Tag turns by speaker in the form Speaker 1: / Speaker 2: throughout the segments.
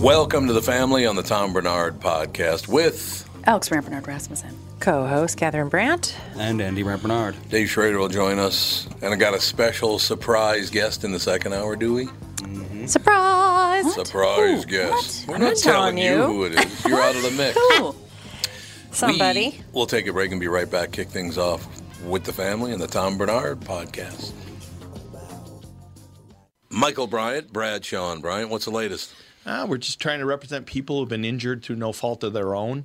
Speaker 1: Welcome to the family on the Tom Bernard podcast with
Speaker 2: Alex Rampernard Rasmussen.
Speaker 3: Co-host Catherine Brandt.
Speaker 4: And Andy Rampernard.
Speaker 1: Dave Schrader will join us. And I got a special surprise guest in the second hour, do we?
Speaker 3: Surprise!
Speaker 1: Surprise guest. We're not telling you. who it is. You're out of the mix.
Speaker 2: Cool.
Speaker 3: Somebody.
Speaker 1: We'll take a break and be right back, kick things off with the family and the Tom Bernard podcast. Michael Bryant, Brad Sean Bryant, what's the latest?
Speaker 5: Ah, we're just trying to represent people who've been injured through no fault of their own.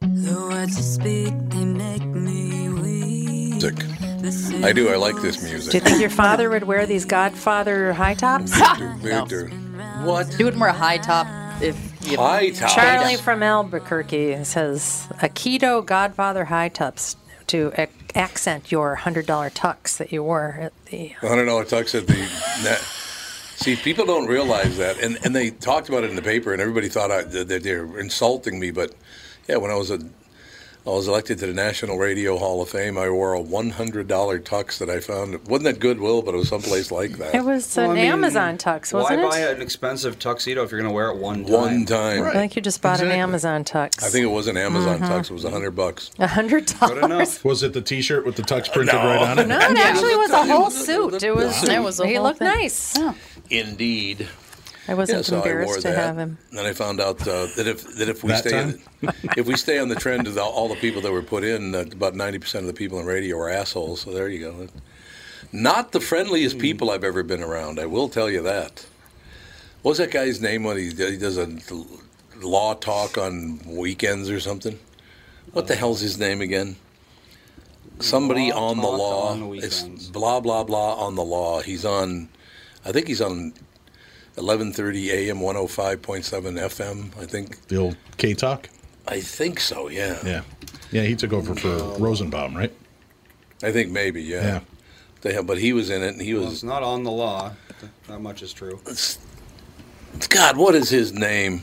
Speaker 6: The words you speak, they make me weak.
Speaker 1: Music. I do. I like this music.
Speaker 3: Do you think your father would wear these Godfather high tops?
Speaker 1: What?
Speaker 2: You would wear a high top if you.
Speaker 1: High top.
Speaker 3: Charlie from Albuquerque says Aikido Godfather high tops to ac- accent your hundred dollar tux that you wore at the.
Speaker 1: hundred dollar tux at the. na- See, people don't realize that, and and they talked about it in the paper, and everybody thought I, that that they're insulting me. But yeah, when I was a, I was elected to the National Radio Hall of Fame. I wore a one hundred dollar tux that I found wasn't at Goodwill, but it was someplace like that.
Speaker 3: It was an
Speaker 4: Well, I mean,
Speaker 3: Amazon tux, wasn't
Speaker 4: why
Speaker 3: it?
Speaker 4: buy an expensive tuxedo if you're going to wear it one time?
Speaker 1: one time.
Speaker 3: I think you just bought
Speaker 7: Exactly.
Speaker 3: an Amazon tux. Mm-hmm.
Speaker 1: I think it was an Amazon
Speaker 8: Mm-hmm.
Speaker 1: tux. It was a hundred bucks.
Speaker 3: a hundred
Speaker 4: Good
Speaker 3: dollars.
Speaker 4: enough.
Speaker 7: Was it the T-shirt with the tux printed right on it?
Speaker 3: No, it actually was a whole suit. It was.
Speaker 2: It was a
Speaker 3: he
Speaker 2: whole
Speaker 3: looked
Speaker 2: thing.
Speaker 3: nice.
Speaker 8: Oh.
Speaker 1: Indeed.
Speaker 3: I
Speaker 1: Yeah,
Speaker 3: wasn't
Speaker 1: so I wore
Speaker 3: embarrassed to
Speaker 1: that.
Speaker 3: have him.
Speaker 1: Then I found out uh, that if that if we
Speaker 7: That
Speaker 1: stay
Speaker 7: time?
Speaker 1: if we stay on the trend of the, all the people that were put in, uh, about ninety percent of the people in radio are assholes. So there you go. Not the
Speaker 7: Hmm.
Speaker 1: friendliest people I've ever been around. I will tell you that. What's that guy's name when he, he does a law talk on weekends or something? What the hell's his name again? Somebody
Speaker 4: Law
Speaker 1: on the
Speaker 4: Talk
Speaker 1: law.
Speaker 4: on the
Speaker 1: it's
Speaker 4: weekends.
Speaker 1: blah blah blah on the law. He's on. I think he's on 11:30 a.m. 105.7 FM. I think.
Speaker 8: The old K Talk?
Speaker 1: I think so. Yeah.
Speaker 8: Yeah. Yeah, he took over for Rosenbaum, right?
Speaker 1: I think maybe. Yeah.
Speaker 8: Yeah.
Speaker 1: They have, but he was in it, and he
Speaker 4: Well, it's
Speaker 1: was.
Speaker 4: not on the law. That much is true.
Speaker 1: God, what is his name?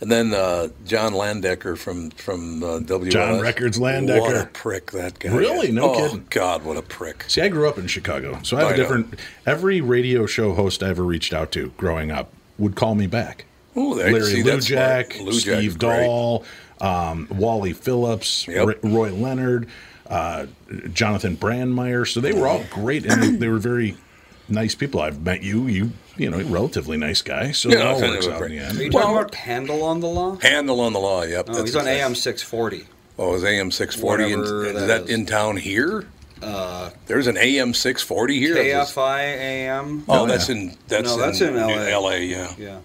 Speaker 1: And then uh, John Landecker from from uh, WLS.
Speaker 8: John Records Landecker.
Speaker 1: What a prick that guy.
Speaker 8: Really?
Speaker 1: is. oh,
Speaker 8: No kidding.
Speaker 1: God, what a prick.
Speaker 8: See, I grew up in Chicago, so I have
Speaker 1: I
Speaker 8: a
Speaker 1: know.
Speaker 8: different. Every radio show host I ever reached out to growing up would call me back.
Speaker 1: Ooh, there,
Speaker 8: Larry
Speaker 1: see, that's smart.
Speaker 8: Lujak,
Speaker 1: Lujak's
Speaker 8: Steve
Speaker 1: great.
Speaker 8: Dahl, um, Wally Phillips,
Speaker 1: Yep.
Speaker 8: Ro- Roy Leonard, uh, Jonathan Brandmeier. So they were all
Speaker 1: Mm-hmm.
Speaker 8: great, and they- they were very nice people. I've met you. You, you know, relatively nice guy. So
Speaker 1: Yeah,
Speaker 8: it all
Speaker 1: I think
Speaker 8: works
Speaker 1: they were
Speaker 8: out in the
Speaker 1: great.
Speaker 8: end.
Speaker 4: Are you
Speaker 1: Well-
Speaker 4: talking about Handle on the Law?
Speaker 1: Handle on the law. Yep.
Speaker 4: No,
Speaker 1: that's
Speaker 4: Oh, he's on
Speaker 1: exactly-
Speaker 4: AM 640.
Speaker 1: Oh, is AM six forty? Is
Speaker 4: Whatever that
Speaker 1: that
Speaker 4: is. Uh,
Speaker 1: in town here? There's an AM six forty here. Is this-
Speaker 4: KFI AM.
Speaker 1: Oh, that's in that's
Speaker 4: No,
Speaker 1: in,
Speaker 4: that's in LA.
Speaker 1: Yeah,
Speaker 4: Yeah. Well,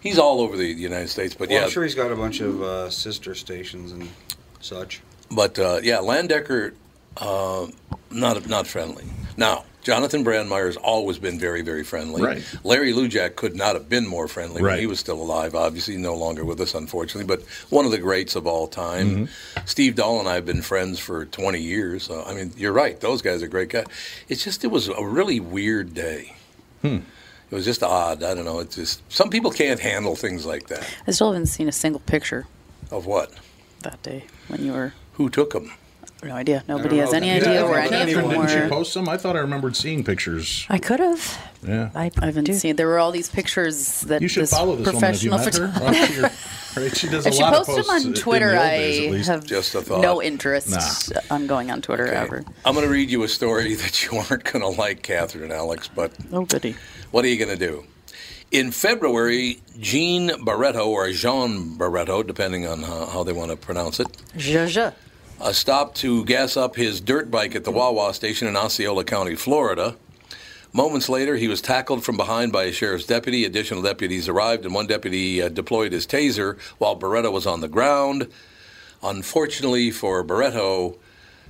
Speaker 1: he's all over the United States, but yeah,
Speaker 4: I'm sure he's got a bunch of uh, sister stations and such.
Speaker 1: but uh, yeah, Landecker, uh, not not friendly. Now, Jonathan Brandmeier's always been very very friendly.
Speaker 8: Right.
Speaker 1: Larry Lujak could not have been more friendly when
Speaker 8: Right.
Speaker 1: he was still alive. Obviously, no longer with us, unfortunately, but one of the greats of all time.
Speaker 8: Mm-hmm.
Speaker 1: Steve Dahl and I have been friends for 20 years. So, I mean, you're right; those guys are great guys. It's just it was a really weird day.
Speaker 8: Hmm.
Speaker 1: It was just odd. I don't know. It's just some people can't handle things like that.
Speaker 2: I still haven't seen a single picture
Speaker 1: Of what?
Speaker 2: that day when you were.
Speaker 1: Who took them?
Speaker 2: No idea. Nobody
Speaker 4: know
Speaker 2: has
Speaker 4: if
Speaker 2: any
Speaker 4: they-
Speaker 2: idea
Speaker 4: Yeah,
Speaker 2: where
Speaker 4: I
Speaker 2: any of
Speaker 8: Didn't
Speaker 2: them
Speaker 8: she
Speaker 2: were.
Speaker 8: post some? I thought I remembered seeing pictures.
Speaker 3: I could have.
Speaker 8: Yeah.
Speaker 3: I,
Speaker 2: I haven't
Speaker 3: do.
Speaker 2: seen. There were all these pictures that
Speaker 8: You should
Speaker 2: this
Speaker 8: follow this woman. Have you
Speaker 2: professional
Speaker 8: met her?
Speaker 2: photographer.
Speaker 8: Oh, she- right, She does a
Speaker 2: If she
Speaker 8: lot of
Speaker 2: posted them
Speaker 8: posts
Speaker 2: on
Speaker 8: in the
Speaker 2: Twitter,
Speaker 8: old
Speaker 2: I
Speaker 8: days, at least.
Speaker 2: have
Speaker 1: Just a thought.
Speaker 2: no interest
Speaker 8: Nah.
Speaker 2: on going on Twitter ever.
Speaker 1: I'm going to read you a story that you aren't going to like, Catherine and Alex, but
Speaker 2: Oh goody.
Speaker 1: what are you going to do? In February, Jean Barretto, or Jean Barretto, depending on how, how they want to pronounce it,
Speaker 3: Zsa,
Speaker 1: uh, stopped to gas up his dirt bike at the Wawa station in Osceola County, Florida. Moments later, he was tackled from behind by a sheriff's deputy. Additional deputies arrived, and one deputy uh, deployed his taser while Barretto was on the ground. Unfortunately for Barretto,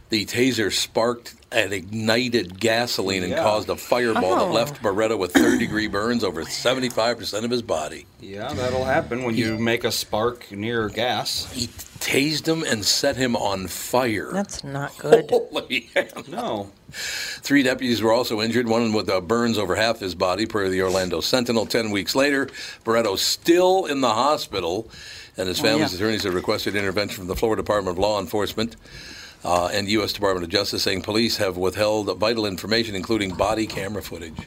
Speaker 1: the taser sparked and ignited gasoline and
Speaker 4: Yeah.
Speaker 1: caused a fireball
Speaker 3: Oh.
Speaker 1: that left Barretto with third degree burns over 75% of his body.
Speaker 4: Yeah, that'll happen when you make a spark near gas.
Speaker 1: He tased him and set him on fire.
Speaker 3: That's not good.
Speaker 1: Holy hell.
Speaker 4: No.
Speaker 1: Three deputies were also injured, one with uh, burns over half his body, per the Orlando Sentinel. Ten weeks later, Barretto still in the hospital, and his family's
Speaker 2: yeah.
Speaker 1: attorneys have requested intervention from the Florida Department of Law Enforcement uh, and U.S. Department of Justice, saying police have withheld vital information, including body camera footage.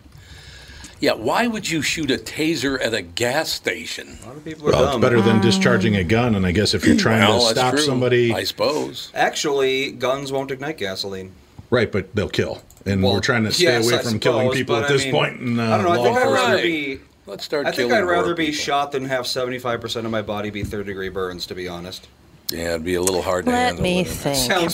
Speaker 1: Yeah, why would you shoot a taser at a gas station?
Speaker 4: A lot of people are
Speaker 8: Well,
Speaker 4: dumb.
Speaker 8: it's better than discharging a gun, and I guess if you're trying
Speaker 1: Well,
Speaker 8: to
Speaker 1: that's
Speaker 8: stop
Speaker 1: true,
Speaker 8: somebody,
Speaker 1: I suppose.
Speaker 4: Actually, guns won't ignite gasoline.
Speaker 8: right? But they'll kill, and
Speaker 4: Well,
Speaker 8: we're trying to stay
Speaker 4: yes,
Speaker 8: away
Speaker 4: I
Speaker 8: from killing
Speaker 4: suppose,
Speaker 8: people
Speaker 4: but
Speaker 8: at
Speaker 4: I
Speaker 8: this
Speaker 4: mean,
Speaker 8: point in, uh,
Speaker 4: I don't know. I
Speaker 8: law
Speaker 4: think I'd
Speaker 8: enforcement.
Speaker 4: rather
Speaker 1: enforcement.
Speaker 4: be.
Speaker 1: Let's start
Speaker 4: I think
Speaker 1: killing
Speaker 4: I'd rather
Speaker 1: more
Speaker 4: be
Speaker 1: people.
Speaker 4: shot than have 75% of my body be third degree burns, to be honest.
Speaker 1: Yeah, it'd be a little hard to
Speaker 3: Let
Speaker 1: handle.
Speaker 3: me
Speaker 1: wouldn't it?
Speaker 3: think.
Speaker 4: Sounds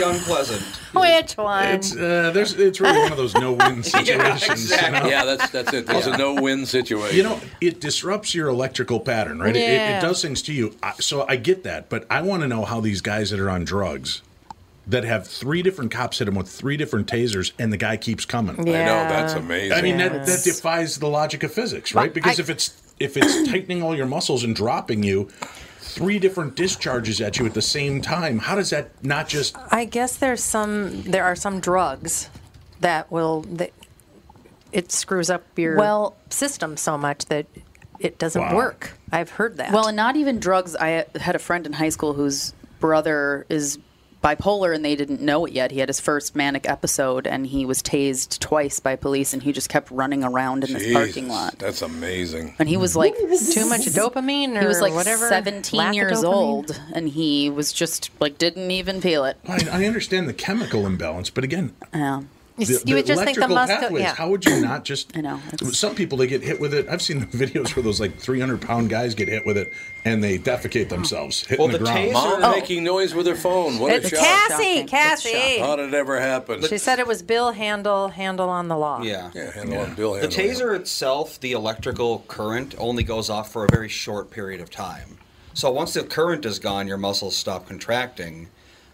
Speaker 4: unpleasant.
Speaker 3: Which one?
Speaker 8: It's uh, there's it's really one of those no win situations. you know?
Speaker 1: Yeah, that's that's it. It's a no-win situation.
Speaker 8: You know, it disrupts your electrical pattern, right? It- It,
Speaker 3: Yeah.
Speaker 8: it does things to you. I, so I get that, but I want to know how these guys that are on drugs, that have three different cops hit them with three different tasers, and the guy keeps coming.
Speaker 1: I know
Speaker 3: Yeah.
Speaker 1: that's amazing.
Speaker 8: I mean, that,
Speaker 3: Yes.
Speaker 8: that defies the logic of physics, right? Because
Speaker 3: I-
Speaker 8: if it's if it's tightening all your muscles and dropping you, three different discharges at you at the same time, how does that not just?
Speaker 3: I guess there's some. There are some drugs that will. That, it screws up your
Speaker 2: Well-
Speaker 3: system so much that it doesn't
Speaker 8: Wow.
Speaker 3: work. I've heard that.
Speaker 2: Well, and not even drugs. I had a friend in high school whose brother is bipolar and they didn't know it yet. He had his first manic episode and he was tased twice by police and he just kept running around in this parking
Speaker 1: Jesus,
Speaker 2: lot.
Speaker 1: That's amazing.
Speaker 2: And he was like
Speaker 3: too much dopamine, or
Speaker 2: he was like
Speaker 3: whatever.
Speaker 2: 17
Speaker 3: lack of
Speaker 2: years
Speaker 3: dopamine?
Speaker 2: old and he was just like didn't even feel it.
Speaker 8: I, I understand the chemical imbalance, but again,
Speaker 2: Yeah.
Speaker 3: You, s- you would just think the
Speaker 8: electrical
Speaker 3: muscle.
Speaker 8: pathways,
Speaker 3: Yeah.
Speaker 8: How would you not just?
Speaker 2: I know, it's-
Speaker 8: Some people they get hit with it. I've seen the videos where those like 300 pound guys get hit with it and they defecate themselves, hitting
Speaker 4: Well,
Speaker 8: the,
Speaker 4: the
Speaker 8: ground.
Speaker 4: taser-
Speaker 1: Mom
Speaker 4: Oh.
Speaker 1: making noise with her phone. What
Speaker 3: it's
Speaker 1: a shock.
Speaker 3: Cassie.
Speaker 2: Shocking. That's
Speaker 3: Cassie.
Speaker 1: How did it ever happen?
Speaker 3: She said it was Bill Handle. Handle on the law.
Speaker 4: Yeah.
Speaker 1: yeah, handle on Bill.
Speaker 4: The
Speaker 1: handle on.
Speaker 4: taser itself, the electrical current, only goes off for a very short period of time. So once the current is gone, your muscles stop contracting.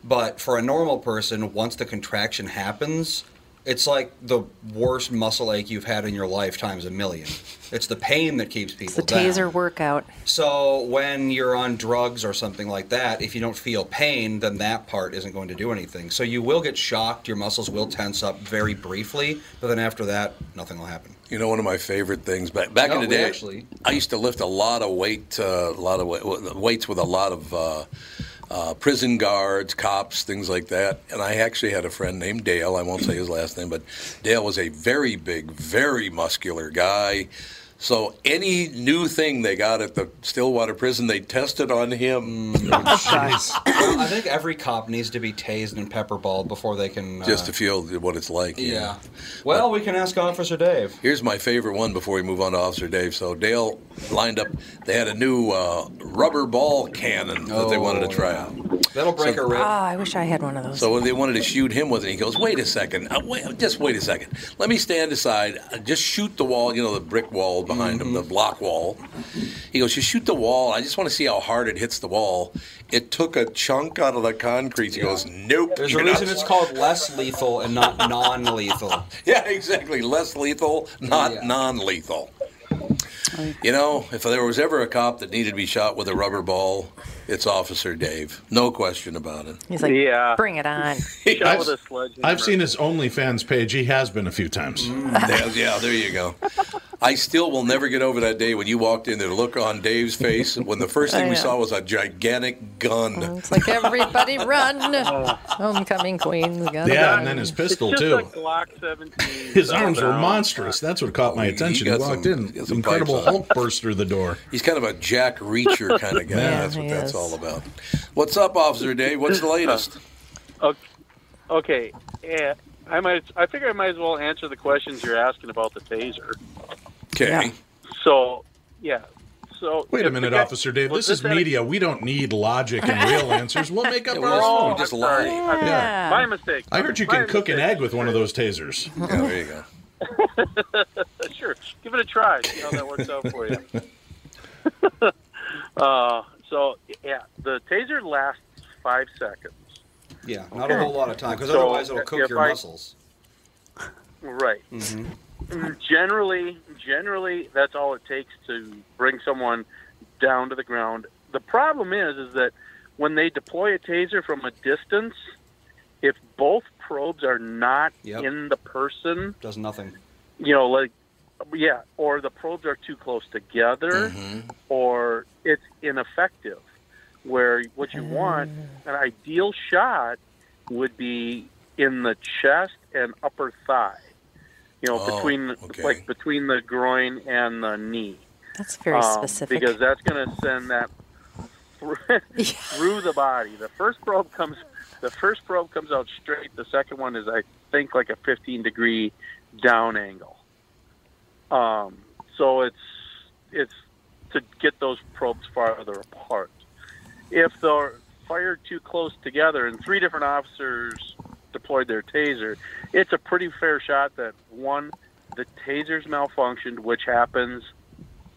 Speaker 4: But for a normal person, once the contraction happens, it's like the worst muscle ache you've had in your life times a million. It's the pain that keeps people
Speaker 3: The
Speaker 4: down.
Speaker 3: taser workout.
Speaker 4: So when you're on drugs or something like that, if you don't feel pain, then that part isn't going to do anything. So you will get shocked, your muscles will tense up very briefly, but then after that, nothing will happen.
Speaker 1: You know, one of my favorite things back back in
Speaker 4: No,
Speaker 1: the
Speaker 4: we
Speaker 1: day,
Speaker 4: actually-
Speaker 1: I used to lift a lot of weight, uh, a lot of weight, weights with a lot of uh, uh, prison guards, cops, things like that. And I actually had a friend named Dale. I won't say his last name, but Dale was a very big, very muscular guy. So any new thing they got at the Stillwater prison, they tested on him
Speaker 4: Mm. Well, I think every cop needs to be tased and pepperballed before they can. Uh,
Speaker 1: just to feel what it's like. you know.
Speaker 4: yeah. Well, we can ask Officer Dave.
Speaker 1: Here's my favorite one before we move on to Officer Dave. So Dale lined up. They had a new uh, rubber ball cannon that they wanted to try out.
Speaker 4: Oh, That'll break a rib.
Speaker 3: Ah, I wish I had one of those.
Speaker 1: So when they wanted to shoot him with it, he goes, "Wait a second, uh, wait, just wait a second. Let me stand aside. Uh, Just shoot the wall. You know, the brick wall behind him, the
Speaker 4: Mm-hmm.
Speaker 1: block wall." He goes, "You shoot the wall. I just want to see how hard it hits the wall." It took a chunk out of the concrete. He goes, "Nope."
Speaker 4: There's
Speaker 1: you're
Speaker 4: a reason
Speaker 1: not-
Speaker 4: it's called less lethal and not non-lethal.
Speaker 1: Yeah, exactly. Less lethal, not
Speaker 4: Yeah.
Speaker 1: non-lethal. You know, if there was ever a cop that needed to be shot with a rubber ball, it's Officer Dave. No question about it.
Speaker 3: He's like,
Speaker 9: Yeah.
Speaker 3: bring it on.
Speaker 9: Shot with
Speaker 8: I've-
Speaker 9: a sledgehammer.
Speaker 8: I've seen his OnlyFans page. He has been a few times.
Speaker 1: There- Mm, yeah, there you go. I still will never get over that day when you walked in there. Look on Dave's face when the first thing
Speaker 3: I
Speaker 1: we
Speaker 3: know.
Speaker 1: saw was a gigantic gun.
Speaker 3: Oh, It's like everybody run, homecoming queens. Gotta
Speaker 8: Yeah,
Speaker 3: run.
Speaker 8: and then his
Speaker 9: It's
Speaker 8: pistol
Speaker 9: just
Speaker 8: too.
Speaker 9: a Glock 17.
Speaker 8: His arms were
Speaker 9: Now,
Speaker 8: monstrous. That's what caught my
Speaker 1: Oh, he
Speaker 8: attention. He,
Speaker 1: got
Speaker 8: walked
Speaker 1: some- he got
Speaker 8: in,
Speaker 1: some
Speaker 8: incredible
Speaker 1: pipes on.
Speaker 8: Hulk burst through the door.
Speaker 1: He's kind of a Jack Reacher kind of guy.
Speaker 3: Yeah,
Speaker 1: that's what
Speaker 3: he
Speaker 1: that's
Speaker 3: is.
Speaker 1: all about. What's up, Officer Dave? What's the latest?
Speaker 9: Okay. okay. Yeah, I might. I figure I might as well answer the questions you're asking about the taser.
Speaker 1: Okay.
Speaker 2: Yeah.
Speaker 9: So, yeah. So
Speaker 8: Wait a
Speaker 9: if
Speaker 8: minute,
Speaker 9: the guy-
Speaker 8: Officer Dave.
Speaker 9: was
Speaker 8: This is
Speaker 9: at a-
Speaker 8: media. We don't need logic and real answers. We'll make up
Speaker 1: Yeah,
Speaker 8: our
Speaker 1: we'll-
Speaker 9: Oh,
Speaker 1: we
Speaker 8: own.
Speaker 1: just
Speaker 9: I'm sorry.
Speaker 1: lied.
Speaker 9: I'm-
Speaker 3: Yeah.
Speaker 9: My mistake.
Speaker 8: I heard you
Speaker 9: My
Speaker 8: can cook an
Speaker 9: mistake.
Speaker 8: egg with one of those tasers.
Speaker 1: Yeah, there you go.
Speaker 9: Uh, Sure, give it a try. See how that works out for you. uh, so yeah, the taser lasts five seconds.
Speaker 4: Yeah, not a whole lot of time because
Speaker 9: So,
Speaker 4: otherwise it'll cook
Speaker 9: if
Speaker 4: your
Speaker 9: I-
Speaker 4: muscles.
Speaker 9: Right. Mm, Generally, generally, that's all it takes to bring someone down to the ground. The problem is, is that when they deploy a taser from a distance, if both probes are not
Speaker 4: Yep.
Speaker 9: in the person,
Speaker 4: Does nothing.
Speaker 9: you know, like yeah, or the probes are too close together, or it's ineffective. Where what you want, an ideal shot would be in the chest and upper thigh, you know,
Speaker 1: Oh,
Speaker 9: between
Speaker 1: okay.
Speaker 9: like between the groin and the knee,
Speaker 3: That's very
Speaker 9: um,
Speaker 3: specific.
Speaker 9: because that's going to send that through, through the body. The first probe comes, the first probe comes out straight. The second one is, I think, like a 15 degree down angle. Um, so it's it's to get those probes farther apart. If they're fired too close together, and three different officers deployed their taser, it's a pretty fair shot that one, the taser's malfunctioned, which happens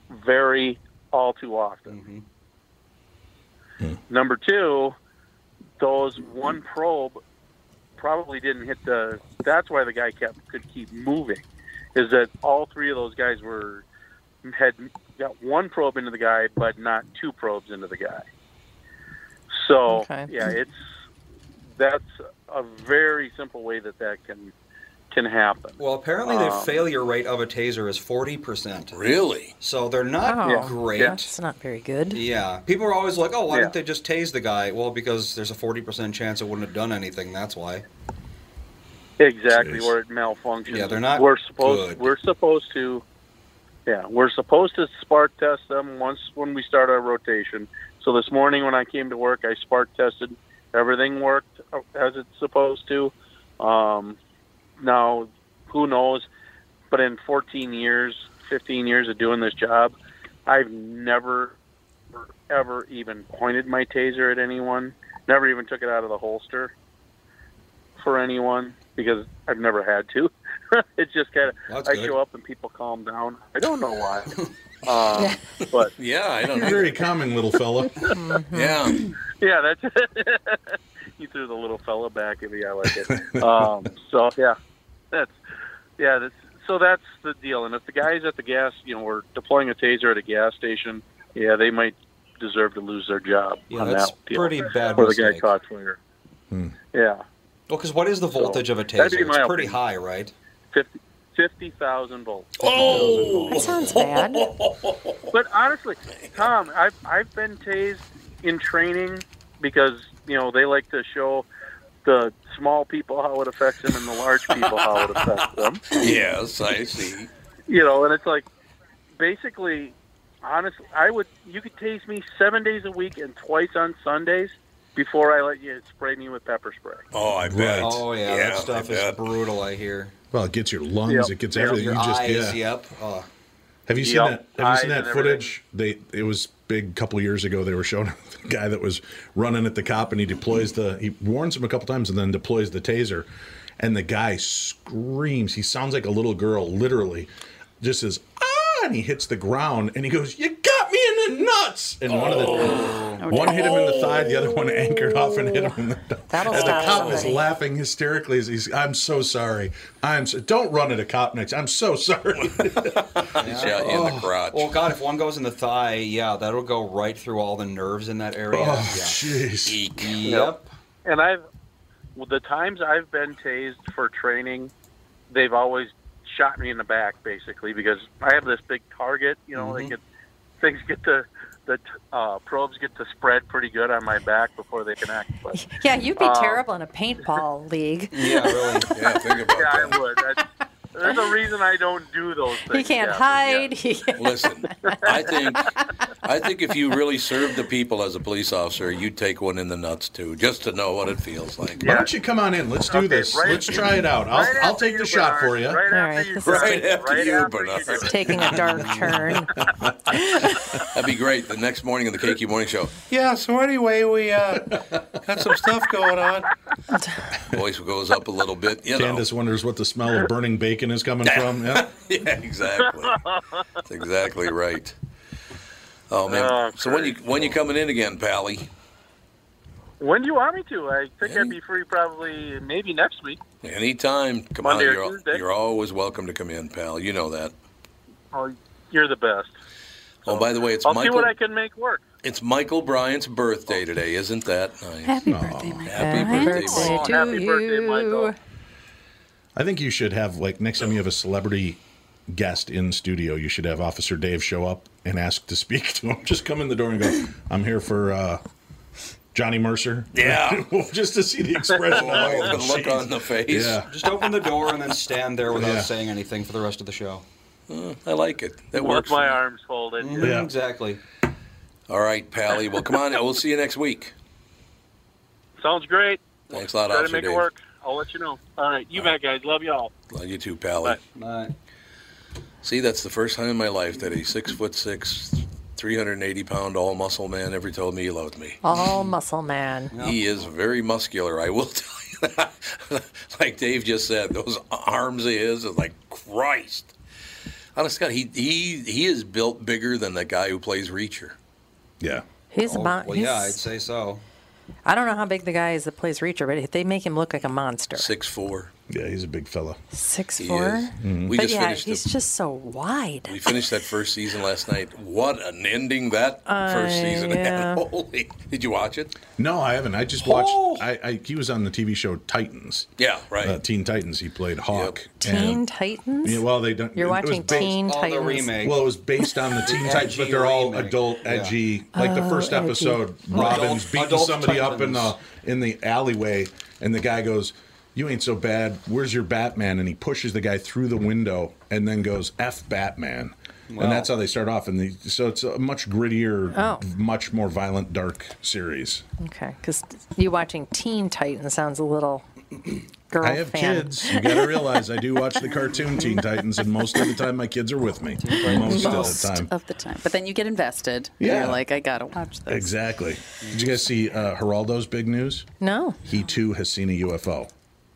Speaker 9: very all too often. Number two, those one probe probably didn't hit the. That's why the guy kept could keep moving, is that all three of those guys were had got one probe into the guy, but not two probes into the guy. So
Speaker 3: Okay.
Speaker 9: yeah, it's that's a very simple way that that can can happen.
Speaker 4: Well, apparently the
Speaker 9: Um,
Speaker 4: failure rate of a taser is forty percent.
Speaker 1: Really?
Speaker 4: So they're not
Speaker 3: Wow.
Speaker 4: great. Yeah.
Speaker 3: that's not very good.
Speaker 4: People are always like, "Oh, why
Speaker 9: Yeah.
Speaker 4: didn't they just tase the guy?" Well, because there's a forty percent chance it wouldn't have done anything. That's why.
Speaker 9: Exactly
Speaker 8: Jeez.
Speaker 9: where it malfunctions.
Speaker 4: Yeah, they're not
Speaker 9: We're supposed.
Speaker 4: good.
Speaker 9: We're supposed to. Yeah, we're supposed to spark test them once when we start our rotation. So this morning when I came to work, I spark tested. Everything worked as it's supposed to. Um, now, who knows? But in 14 years, 15 years of doing this job, I've never, ever even pointed my taser at anyone. Never even took it out of the holster for anyone because I've never had to. it's just kind of
Speaker 4: That's
Speaker 9: I
Speaker 4: good.
Speaker 9: show up and people calm down. I don't know why, um, but
Speaker 1: Yeah, I don't know.
Speaker 8: Very calming little fella.
Speaker 1: Yeah.
Speaker 9: yeah, that's you threw the little fella back at me. I like it. Um, so yeah, that's yeah. That's so that's the deal. And if the guys at the gas, you know, were deploying a taser at a gas station, yeah, they might deserve to lose their job
Speaker 4: Yeah,
Speaker 9: on
Speaker 4: that's
Speaker 9: that deal.
Speaker 4: pretty bad
Speaker 9: Or the guy
Speaker 4: mistake.
Speaker 9: caught fire. Yeah,
Speaker 4: Well, because what is the voltage of a taser?
Speaker 9: that'd be
Speaker 4: It's
Speaker 9: my
Speaker 4: pretty
Speaker 9: opinion.
Speaker 4: high, right?
Speaker 9: fifty fifty thousand volts.
Speaker 4: Oh!
Speaker 3: That sounds bad.
Speaker 9: But honestly, Tom, I've I've been tased in training because you know they like to show the small people how it affects them and the large people how it affects them.
Speaker 1: Yes, I see.
Speaker 9: You know, and it's like basically, honestly, I would. You could taste me seven days a week and twice on Sundays before I let you spray me with pepper spray.
Speaker 1: Oh, I
Speaker 8: bet.
Speaker 4: Oh yeah, that stuff is brutal. I hear.
Speaker 8: Well, it gets your lungs.
Speaker 4: Yep.
Speaker 8: It gets
Speaker 4: Yep.
Speaker 8: everything.
Speaker 4: Your
Speaker 8: you just
Speaker 4: eyes,
Speaker 8: yeah.
Speaker 4: Yep. Oh.
Speaker 8: Have you seen
Speaker 4: Yep.
Speaker 8: that? Have you seen
Speaker 4: Eyes
Speaker 8: that
Speaker 4: and
Speaker 8: footage? They it was big a couple years ago. They were showing the guy that was running at the cop, and he deploys the he warns him a couple times, and then deploys the taser, and the guy screams. He sounds like a little girl, literally, just says ah, and he hits the ground, and he goes, "You got me in the nuts!" And one of
Speaker 9: Oh.
Speaker 8: the
Speaker 3: Oh,
Speaker 8: Oh. one hit him in the thigh, the other one anchored off and hit him in the
Speaker 3: That'll
Speaker 8: and the
Speaker 3: stop
Speaker 8: cop was
Speaker 3: somebody.
Speaker 8: laughing hysterically as he's, I'm so sorry. I'm so, don't run at a cop next. I'm so sorry.
Speaker 1: Yeah, in the crotch.
Speaker 4: Oh. Well, God, if one goes in the thigh, yeah, that'll go right through all the nerves in that area.
Speaker 8: Oh,
Speaker 1: jeez.
Speaker 4: yeah. Yep.
Speaker 9: And I've well, the times I've been tased for training, they've always shot me in the back basically because I have this big target. You know,
Speaker 3: Mm-hmm.
Speaker 9: they get things get to the t- uh, probes get to spread pretty good on my back before they connect. But
Speaker 3: Yeah, you'd be
Speaker 9: Um,
Speaker 3: terrible in a paintball league.
Speaker 4: Yeah, really.
Speaker 1: Uh, Yeah, think about
Speaker 9: yeah, I would. That's, there's a reason I don't do those things.
Speaker 3: He can't
Speaker 9: yeah.
Speaker 3: hide. He can't-
Speaker 1: Listen, I think I think if you really serve the people as a police officer, you take one in the nuts too, just to know what it feels like.
Speaker 8: Why don't you come on in? Let's do
Speaker 9: Okay,
Speaker 8: this.
Speaker 9: right-
Speaker 8: Let's try it out. I'll,
Speaker 9: right
Speaker 8: I'll
Speaker 9: after
Speaker 8: take the
Speaker 9: you,
Speaker 8: shot for
Speaker 9: Bernard.
Speaker 8: you.
Speaker 9: Right
Speaker 3: All
Speaker 9: after
Speaker 3: right,
Speaker 9: you,
Speaker 3: this is
Speaker 9: Bernard.
Speaker 1: Right after
Speaker 9: Right
Speaker 1: you,
Speaker 9: after
Speaker 1: Bernard.
Speaker 9: do it.
Speaker 3: taking a dark turn.
Speaker 1: That'd be great. The next morning in the KQ Morning Show. Yeah. So anyway, we uh, got some stuff going on. Voice goes up a little bit. You know.
Speaker 8: Candace wonders what the smell of burning bacon is coming from. Yeah.
Speaker 1: yeah, exactly. That's exactly right. Oh man.
Speaker 9: Oh,
Speaker 1: so when you when you coming in again, Pally?
Speaker 9: When do you want me to? I think I'd be free probably maybe next week.
Speaker 1: Anytime. Come
Speaker 9: Monday
Speaker 1: on,
Speaker 9: or
Speaker 1: you're, al-
Speaker 9: Tuesday.
Speaker 1: you're always welcome to come in, pal. You know that.
Speaker 9: Oh, you're the best.
Speaker 1: Oh, by the way, it's
Speaker 9: I'll see
Speaker 1: Michael.
Speaker 9: what I can make work.
Speaker 1: It's Michael Bryant's birthday today, isn't that nice?
Speaker 3: Happy birthday, Michael.
Speaker 1: Oh, Happy birthday,
Speaker 9: Oh, happy birthday, Michael.
Speaker 8: I think you should have like next time you have a celebrity guest in studio, you should have Officer Dave show up and ask to speak to him. Just come in the door and go, "I'm here for uh, Johnny Mercer."
Speaker 1: Yeah.
Speaker 8: just to see the expression. on all
Speaker 1: Oh,
Speaker 8: of
Speaker 1: the
Speaker 8: his
Speaker 1: look
Speaker 8: face.
Speaker 1: on the face.
Speaker 8: Yeah.
Speaker 4: Just open the door and then stand there without
Speaker 8: Yeah.
Speaker 4: saying anything for the rest of the show.
Speaker 1: I like it. That
Speaker 9: With
Speaker 1: works.
Speaker 9: my arms folded.
Speaker 8: Yeah.
Speaker 4: Exactly.
Speaker 1: All right, Pally. Well, come on. We'll see you next week.
Speaker 9: Sounds great.
Speaker 1: Thanks a lot,
Speaker 9: Try to
Speaker 1: Officer
Speaker 9: make
Speaker 1: Dave.
Speaker 9: it work. I'll let you know. All right, you bet, guys. Love y'all.
Speaker 1: Love you too, Pally.
Speaker 9: Bye.
Speaker 4: Alright.
Speaker 1: See, that's the first time in my life that a six foot six, 380 pound, all muscle man ever told me he loved me.
Speaker 3: All muscle man.
Speaker 1: He is very muscular, I will tell you that. like Dave just said, those arms of his is like Christ. Honest to God, he he he is built bigger than the guy who plays Reacher.
Speaker 8: Yeah.
Speaker 3: He's
Speaker 4: Oh,
Speaker 3: a mon-
Speaker 4: well, yeah, I'd
Speaker 3: he's-
Speaker 4: say so.
Speaker 3: I don't know how big the guy is that plays Reacher, but they make him look like a monster.
Speaker 1: Six four.
Speaker 8: Yeah, he's a big fella.
Speaker 3: Six
Speaker 1: He
Speaker 3: four.
Speaker 1: is.
Speaker 8: Mm-hmm.
Speaker 1: We
Speaker 3: but
Speaker 1: just
Speaker 3: yeah,
Speaker 1: finished
Speaker 3: he's
Speaker 1: the,
Speaker 3: just so wide.
Speaker 1: we finished that first season last night. What an ending that first
Speaker 3: Uh,
Speaker 1: season
Speaker 3: yeah.
Speaker 1: had. Holy did you watch it?
Speaker 8: No, I haven't. I just watched. I, I he was on the TV show Titans.
Speaker 1: Oh. Yeah, right.
Speaker 8: Uh, Teen Titans. He played Hawk.
Speaker 3: Teen
Speaker 8: and-
Speaker 3: Titans.
Speaker 8: Yeah, well, they don't.
Speaker 3: You're
Speaker 8: it was
Speaker 3: watching
Speaker 8: based-
Speaker 3: Teen
Speaker 4: All the
Speaker 3: Titans.
Speaker 4: remake.
Speaker 8: Well, it was based on the Teen
Speaker 4: The
Speaker 8: Titans, but
Speaker 4: edgy
Speaker 8: they're all
Speaker 4: remake.
Speaker 8: adult,
Speaker 4: Yeah.
Speaker 8: edgy. Like the first
Speaker 3: Oh, edgy.
Speaker 8: episode, Robin's beating
Speaker 4: adult
Speaker 8: somebody up in the
Speaker 4: Titans.
Speaker 8: in the alleyway, and the guy goes, "You ain't so bad. Where's your Batman?" And he pushes the guy through the window, and then goes, "F Batman."
Speaker 4: Wow.
Speaker 8: And that's how they start off, and the, so it's a much grittier,
Speaker 3: Oh.
Speaker 8: much more violent, dark series.
Speaker 3: Okay, because you watching Teen Titans sounds a little girl
Speaker 8: I have
Speaker 3: fan.
Speaker 8: kids. You gotta realize I do watch the cartoon Teen Titans, and most of the time my kids are with me. Most,
Speaker 2: most
Speaker 8: of the time.
Speaker 2: of the time. But then you get invested.
Speaker 8: Yeah.
Speaker 2: You're like, I gotta watch this.
Speaker 8: Exactly. Did you guys see uh, Geraldo's big news?
Speaker 3: No.
Speaker 8: He too has seen a UFO,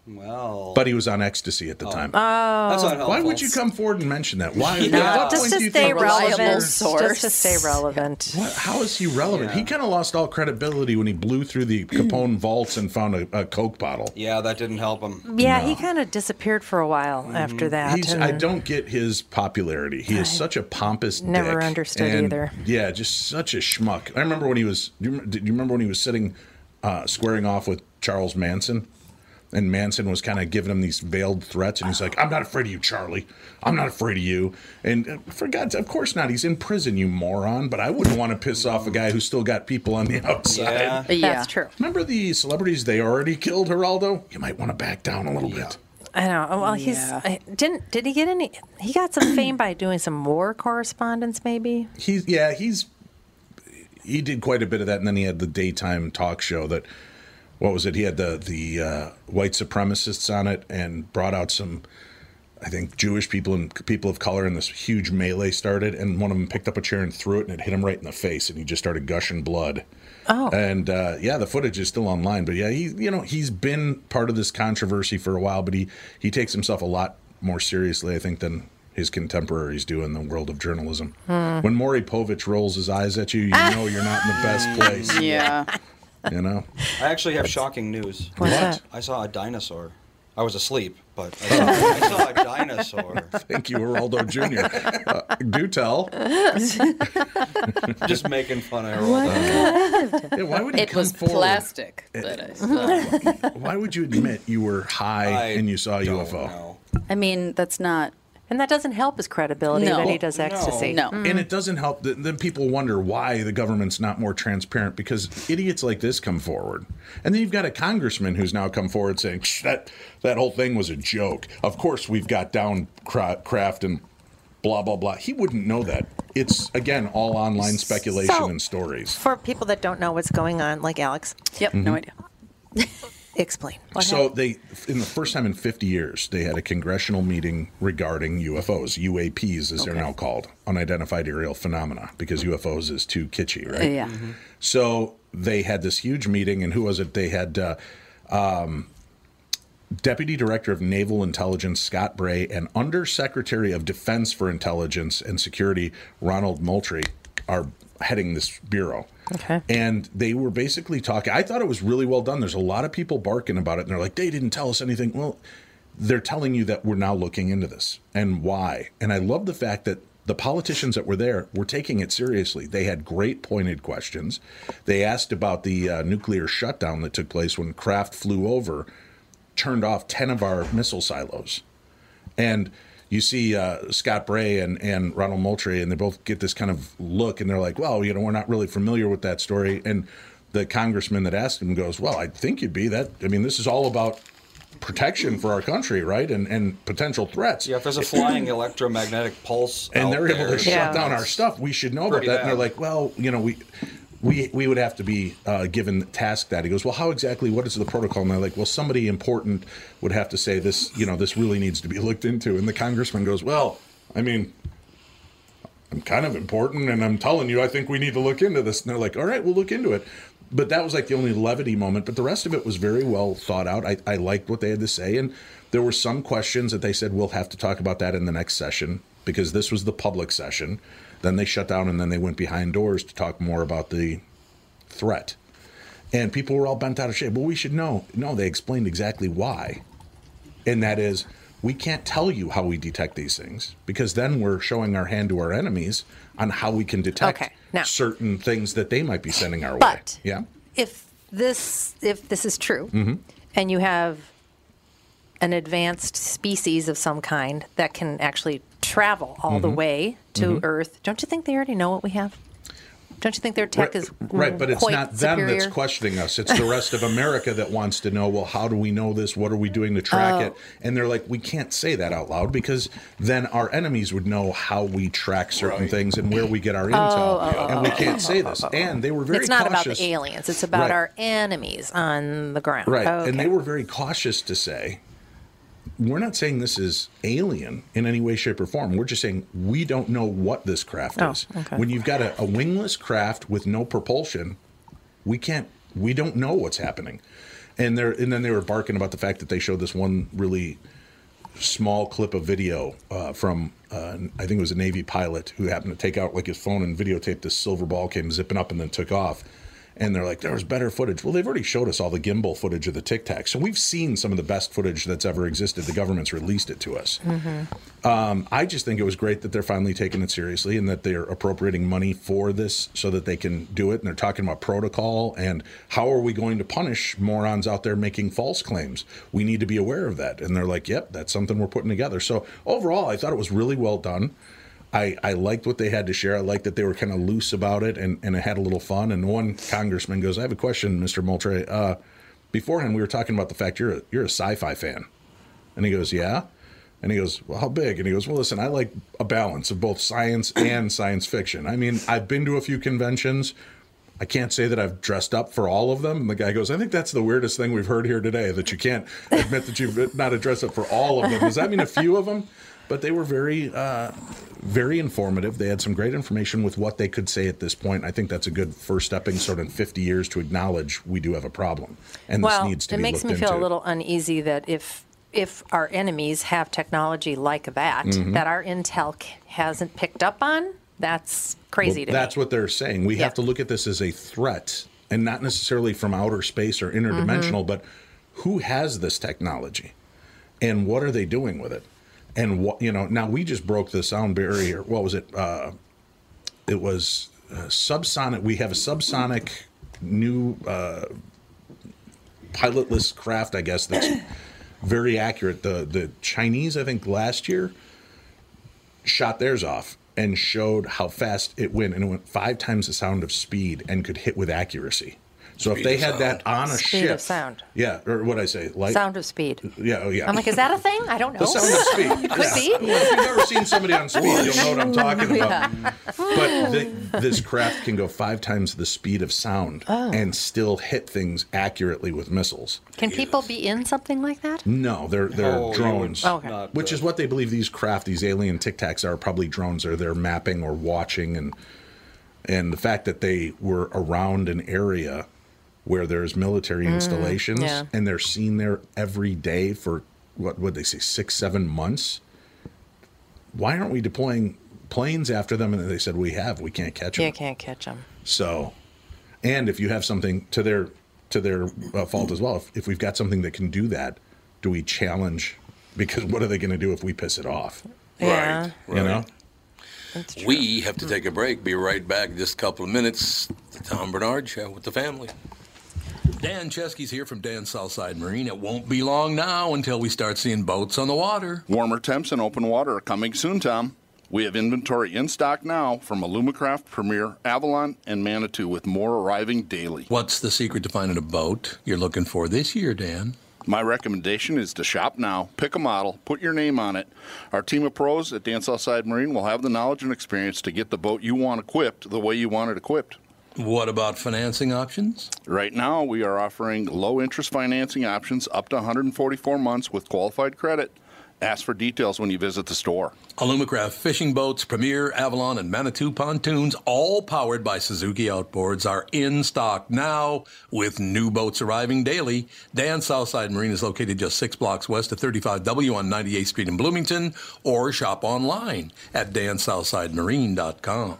Speaker 4: Well, Oh.
Speaker 8: but he was on ecstasy at the time.
Speaker 3: Oh.
Speaker 4: that's unhelpful.
Speaker 8: Why would you come forward and mention that? Why? at what
Speaker 3: Just
Speaker 8: point
Speaker 3: to
Speaker 8: do you
Speaker 3: stay
Speaker 8: think that's
Speaker 2: reliable
Speaker 3: relevant.
Speaker 2: source.
Speaker 3: Just to stay relevant.
Speaker 8: what- How is he relevant?
Speaker 4: Yeah.
Speaker 8: He kind of lost all credibility when he blew through the Capone vaults and found a, a Coke bottle.
Speaker 4: Yeah, that didn't help him.
Speaker 3: Yeah, he kind of disappeared for a while after that.
Speaker 8: Mm-hmm. He's, I
Speaker 3: and-
Speaker 8: don't get his popularity. He is such a pompous
Speaker 3: never
Speaker 8: dick,
Speaker 3: understood
Speaker 8: and,
Speaker 3: either.
Speaker 8: Yeah, just such a schmuck. I remember when he was. Do you, rem- do you remember when he was sitting, uh, squaring off with Charles Manson, and Manson was kind of giving him these veiled threats, and he's like, "I'm not afraid of you, Charlie. I'm not afraid of you." And uh, for God's, of course not. He's in prison, you moron. But I wouldn't want to piss off a guy who's still got people on the outside.
Speaker 4: Yeah.
Speaker 2: Yeah.
Speaker 3: That's true.
Speaker 8: Remember the celebrities they already killed, Geraldo? You might want to back down a little bit.
Speaker 3: I know. oh, Well, he's
Speaker 2: Yeah.
Speaker 3: I, didn't did he get any? He got some fame by doing some war correspondence, maybe.
Speaker 8: He's yeah, he's he did quite a bit of that, and then he had the daytime talk show that what was it? He had the the uh, white supremacists on it, and brought out some. I think Jewish people and people of color, and this huge melee started. And one of them picked up a chair and threw it, and it hit him right in the face, and he just started gushing blood.
Speaker 3: Oh.
Speaker 8: And uh, yeah, the footage is still online, but yeah, he you know he's been part of this controversy for a while, but he he takes himself a lot more seriously, I think, than his contemporaries do in the world of journalism.
Speaker 4: Mm-hmm.
Speaker 3: Hmm.
Speaker 8: When Maury Povich rolls his eyes at you, you know you're not in the best place.
Speaker 2: Yeah.
Speaker 8: You know.
Speaker 4: I actually have shocking news.
Speaker 8: What's What? that?
Speaker 4: I saw a dinosaur. I was asleep, but I saw, I saw a dinosaur.
Speaker 8: Thank you, Geraldo Jr. Uh, do tell.
Speaker 4: Just making fun of
Speaker 8: What?
Speaker 4: Harold.
Speaker 8: Yeah, why would he
Speaker 2: it was
Speaker 8: come forward?
Speaker 2: plastic. That I, saw.
Speaker 8: Why would you admit you were high and you saw a UFO?
Speaker 2: I mean, that's not.
Speaker 3: And that doesn't help his credibility
Speaker 2: no. Mm.
Speaker 3: that he does ecstasy.
Speaker 8: Mm-hmm. And it doesn't help. That, then people wonder why the government's not more transparent because idiots like this come forward. And then you've got a congressman who's now come forward saying, "Shh, that, that whole thing was a joke. Of course, we've got down cra- craft and blah, blah, blah. He wouldn't know that. It's, again, all online speculation
Speaker 3: So-
Speaker 8: and stories.
Speaker 3: For people that don't know what's going on, like Alex.
Speaker 2: Yep,
Speaker 8: no Mhm.
Speaker 2: idea.
Speaker 3: Explain. What
Speaker 8: so they, in the first time in 50 years, they had a congressional meeting regarding UFOs, UAPs, as
Speaker 10: Okay.
Speaker 8: they're
Speaker 10: Mm-hmm.
Speaker 8: now called, unidentified aerial phenomena, because UFOs is too kitschy, right?
Speaker 10: Yeah.
Speaker 8: So they had this huge meeting, and who was it? They had uh, um, Deputy Director of Naval Intelligence Scott Bray and Undersecretary of Defense for Intelligence and Security Ronald Moultrie are heading this bureau.
Speaker 3: Okay.
Speaker 8: And they were basically talking. I thought it was really well done. There's a lot of people barking about it, and they're like, they didn't tell us anything. Well, they're telling you that we're now looking into this and why. And I love the fact that the politicians that were there were taking it seriously. They had great pointed questions. They asked about the uh, nuclear shutdown that took place when Kraft flew over, turned off 10 of our missile silos. And you see uh, Scott Bray and, and Ronald Moultrie, and they both get this kind of look, and they're like, well, you know, we're not really familiar with that story. And the congressman that asked him goes, well, I think you'd be that. I mean, this is all about protection for our country, right? And and potential threats.
Speaker 4: Yeah, if there's a flying electromagnetic pulse,
Speaker 8: And
Speaker 4: out
Speaker 8: they're able
Speaker 4: there,
Speaker 8: to shut down our stuff. We should know about
Speaker 4: Pretty
Speaker 8: that. And they're
Speaker 4: bad.
Speaker 8: like, well, you know, we. We, we would have to be uh, given the task that he goes well how exactly what is the protocol and they're like well somebody important would have to say this you know this really needs to be looked into and the congressman goes well I mean I'm kind of important and I'm telling you, I think we need to look into this. And they're like, all right, we'll look into it. But that was like the only levity moment. But the rest of it was very well thought out. I, I liked what they had to say. And there were some questions that they said, we'll have to talk about that in the next session because this was the public session. Then they shut down and then they went behind doors to talk more about the threat. And people were all bent out of shape. Well, we should know. No, they explained exactly why. And that is, we can't tell you how we detect these things because then we're showing our hand to our enemies on how we can detect
Speaker 3: now-
Speaker 8: certain things that they might be sending our
Speaker 3: But-
Speaker 8: way. Yeah.
Speaker 3: if this if this is true
Speaker 8: Mm-hmm.
Speaker 3: and you have an advanced species of some kind that can actually travel all the
Speaker 8: Mhm.
Speaker 3: way to
Speaker 8: Mhm.
Speaker 3: Earth, don't you think they already know what we have? Don't you think their tech is
Speaker 8: Right, but it's
Speaker 3: Mm-hmm. quite
Speaker 8: not them
Speaker 3: superior?
Speaker 8: that's questioning us. It's the rest of America that wants to know, well, how do we know this? What are we doing to track
Speaker 3: Oh.
Speaker 8: it? And they're like, we can't say that out loud because then our enemies would know how we track certain things and where we get our
Speaker 3: Oh,
Speaker 8: intel.
Speaker 3: oh, oh,
Speaker 8: and we
Speaker 3: oh,
Speaker 8: can't
Speaker 3: oh,
Speaker 8: say this. And they were very
Speaker 3: It's not
Speaker 8: cautious.
Speaker 3: about the aliens; it's about
Speaker 8: Right.
Speaker 3: our enemies on the ground.
Speaker 8: Right.
Speaker 3: Oh, Okay.
Speaker 8: And they were very cautious to say, we're not saying this is alien in any way, shape, or form. We're just saying we don't know what this craft
Speaker 3: Oh,
Speaker 8: is.
Speaker 3: okay.
Speaker 8: When you've got a, a wingless craft with no propulsion, we can't, we don't know what's happening. And they're, and then they were barking about the fact that they showed this one really small clip of video uh, from uh, I think it was a Navy pilot who happened to take out like his phone and videotape this silver ball came zipping up and then took off. And they're like, there was better footage. Well, they've already showed us all the gimbal footage of the Tic Tac, so we've seen some of the best footage that's ever existed. The government's released it to us.
Speaker 3: Mm-hmm.
Speaker 8: Um, I just think it was great that they're finally taking it seriously and that they're appropriating money for this so that they can do it. And they're talking about protocol and how are we going to punish morons out there making false claims? We need to be aware of that. And they're like, yep, that's something we're putting together. So overall, I thought it was really well done. I, I liked what they had to share. I liked that they were kind of loose about it and, and it had a little fun. And one congressman goes, I have a question, Mr. Moultrie. Uh, beforehand, we were talking about the fact you're a, you're a sci fi fan. And he goes, Yeah. And he goes, Well, how big? And he goes, Well, listen, I like a balance of both science and science fiction. I mean, I've been to a few conventions. I can't say that I've dressed up for all of them. And the guy goes, I think that's the weirdest thing we've heard here today that you can't admit that you've not dressed up for all of them. Does that mean a few of them? But they were very, uh, very informative. They had some great information with what they could say at this point. I think that's a good first stepping stone in 50 years to acknowledge we do have a problem. And
Speaker 3: well,
Speaker 8: this needs to
Speaker 3: it
Speaker 8: be
Speaker 3: makes
Speaker 8: looked
Speaker 3: me feel
Speaker 8: into.
Speaker 3: a little uneasy that if if our enemies have technology like that
Speaker 8: Mhm.
Speaker 3: that our intel c- hasn't picked up on, that's crazy
Speaker 8: Well,
Speaker 3: to
Speaker 8: that's
Speaker 3: me.
Speaker 8: what they're saying. We have to look at this as a threat and not necessarily from outer space or
Speaker 3: Mm-hmm.
Speaker 8: interdimensional, but who has this technology and what are they doing with it? And what, you know, now we just broke the sound barrier. What was it? Uh, it was uh, subsonic. We have a subsonic new uh, pilotless craft, I guess, that's very accurate. The, the Chinese, I think, last year shot theirs off and showed how fast it went, and it went five times the sound of speed and could hit with accuracy. So if
Speaker 3: Speed
Speaker 8: they
Speaker 3: of
Speaker 8: had that on a
Speaker 3: Speed of
Speaker 8: ship,
Speaker 3: sound.
Speaker 8: yeah, or what I say, light,
Speaker 3: Sound of speed.
Speaker 8: yeah, oh yeah.
Speaker 3: I'm like, is that a thing? I don't know.
Speaker 8: The sound of speed.
Speaker 3: Could be.
Speaker 8: Well, if you've ever seen somebody on speed, you'll know what I'm talking about.
Speaker 3: Yeah.
Speaker 8: But the, this craft can go five times the speed of sound
Speaker 3: Oh.
Speaker 8: and still hit things accurately with missiles.
Speaker 3: Can people be in something like that?
Speaker 8: No, they're they're
Speaker 3: No, Oh, you
Speaker 8: drones,
Speaker 3: would Okay. not,
Speaker 8: which is what they believe these craft, these alien Tic Tacs, are probably drones. Or they're mapping or watching, and and the fact that they were around an area where there's military
Speaker 10: Mm,
Speaker 8: installations
Speaker 10: yeah.
Speaker 8: and they're seen there every day for what would they say six seven months. Why aren't we deploying planes after them? And they said we have, we can't catch them.
Speaker 3: You can't catch them.
Speaker 8: So, and if you have something to their to their uh, fault as well, if, if we've got something that can do that, do we challenge? Because what are they going to do if we piss it off?
Speaker 1: Yeah.
Speaker 8: You know,
Speaker 1: We have to take a break. Be right back. Just a couple of minutes. The Tom Bernard Show with the family. Dan Chesky's here from Dan Southside Marine. It won't be long now until we start seeing boats on the water.
Speaker 11: Warmer temps and open water are coming soon, Tom. We have inventory in stock now from Alumacraft, Premier, Avalon, and Manitou, with more arriving daily.
Speaker 1: What's the secret to finding a boat you're looking for this year, Dan?
Speaker 11: My recommendation is to shop now, pick a model, put your name on it. Our team of pros at Dan Southside Marine will have the knowledge and experience to get the boat you want equipped the way you want it equipped.
Speaker 1: What about financing options?
Speaker 11: Right now, we are offering low interest financing options up to 144 months with qualified credit. Ask for details when you visit the store.
Speaker 1: Alumacraft fishing boats, Premier, Avalon, and Manitou pontoons, all powered by Suzuki outboards, are in stock now with new boats arriving daily. Dan Southside Marine is located just six blocks west of 35W on 98th Street in Bloomington, or shop online at dansouthsidemarine.com.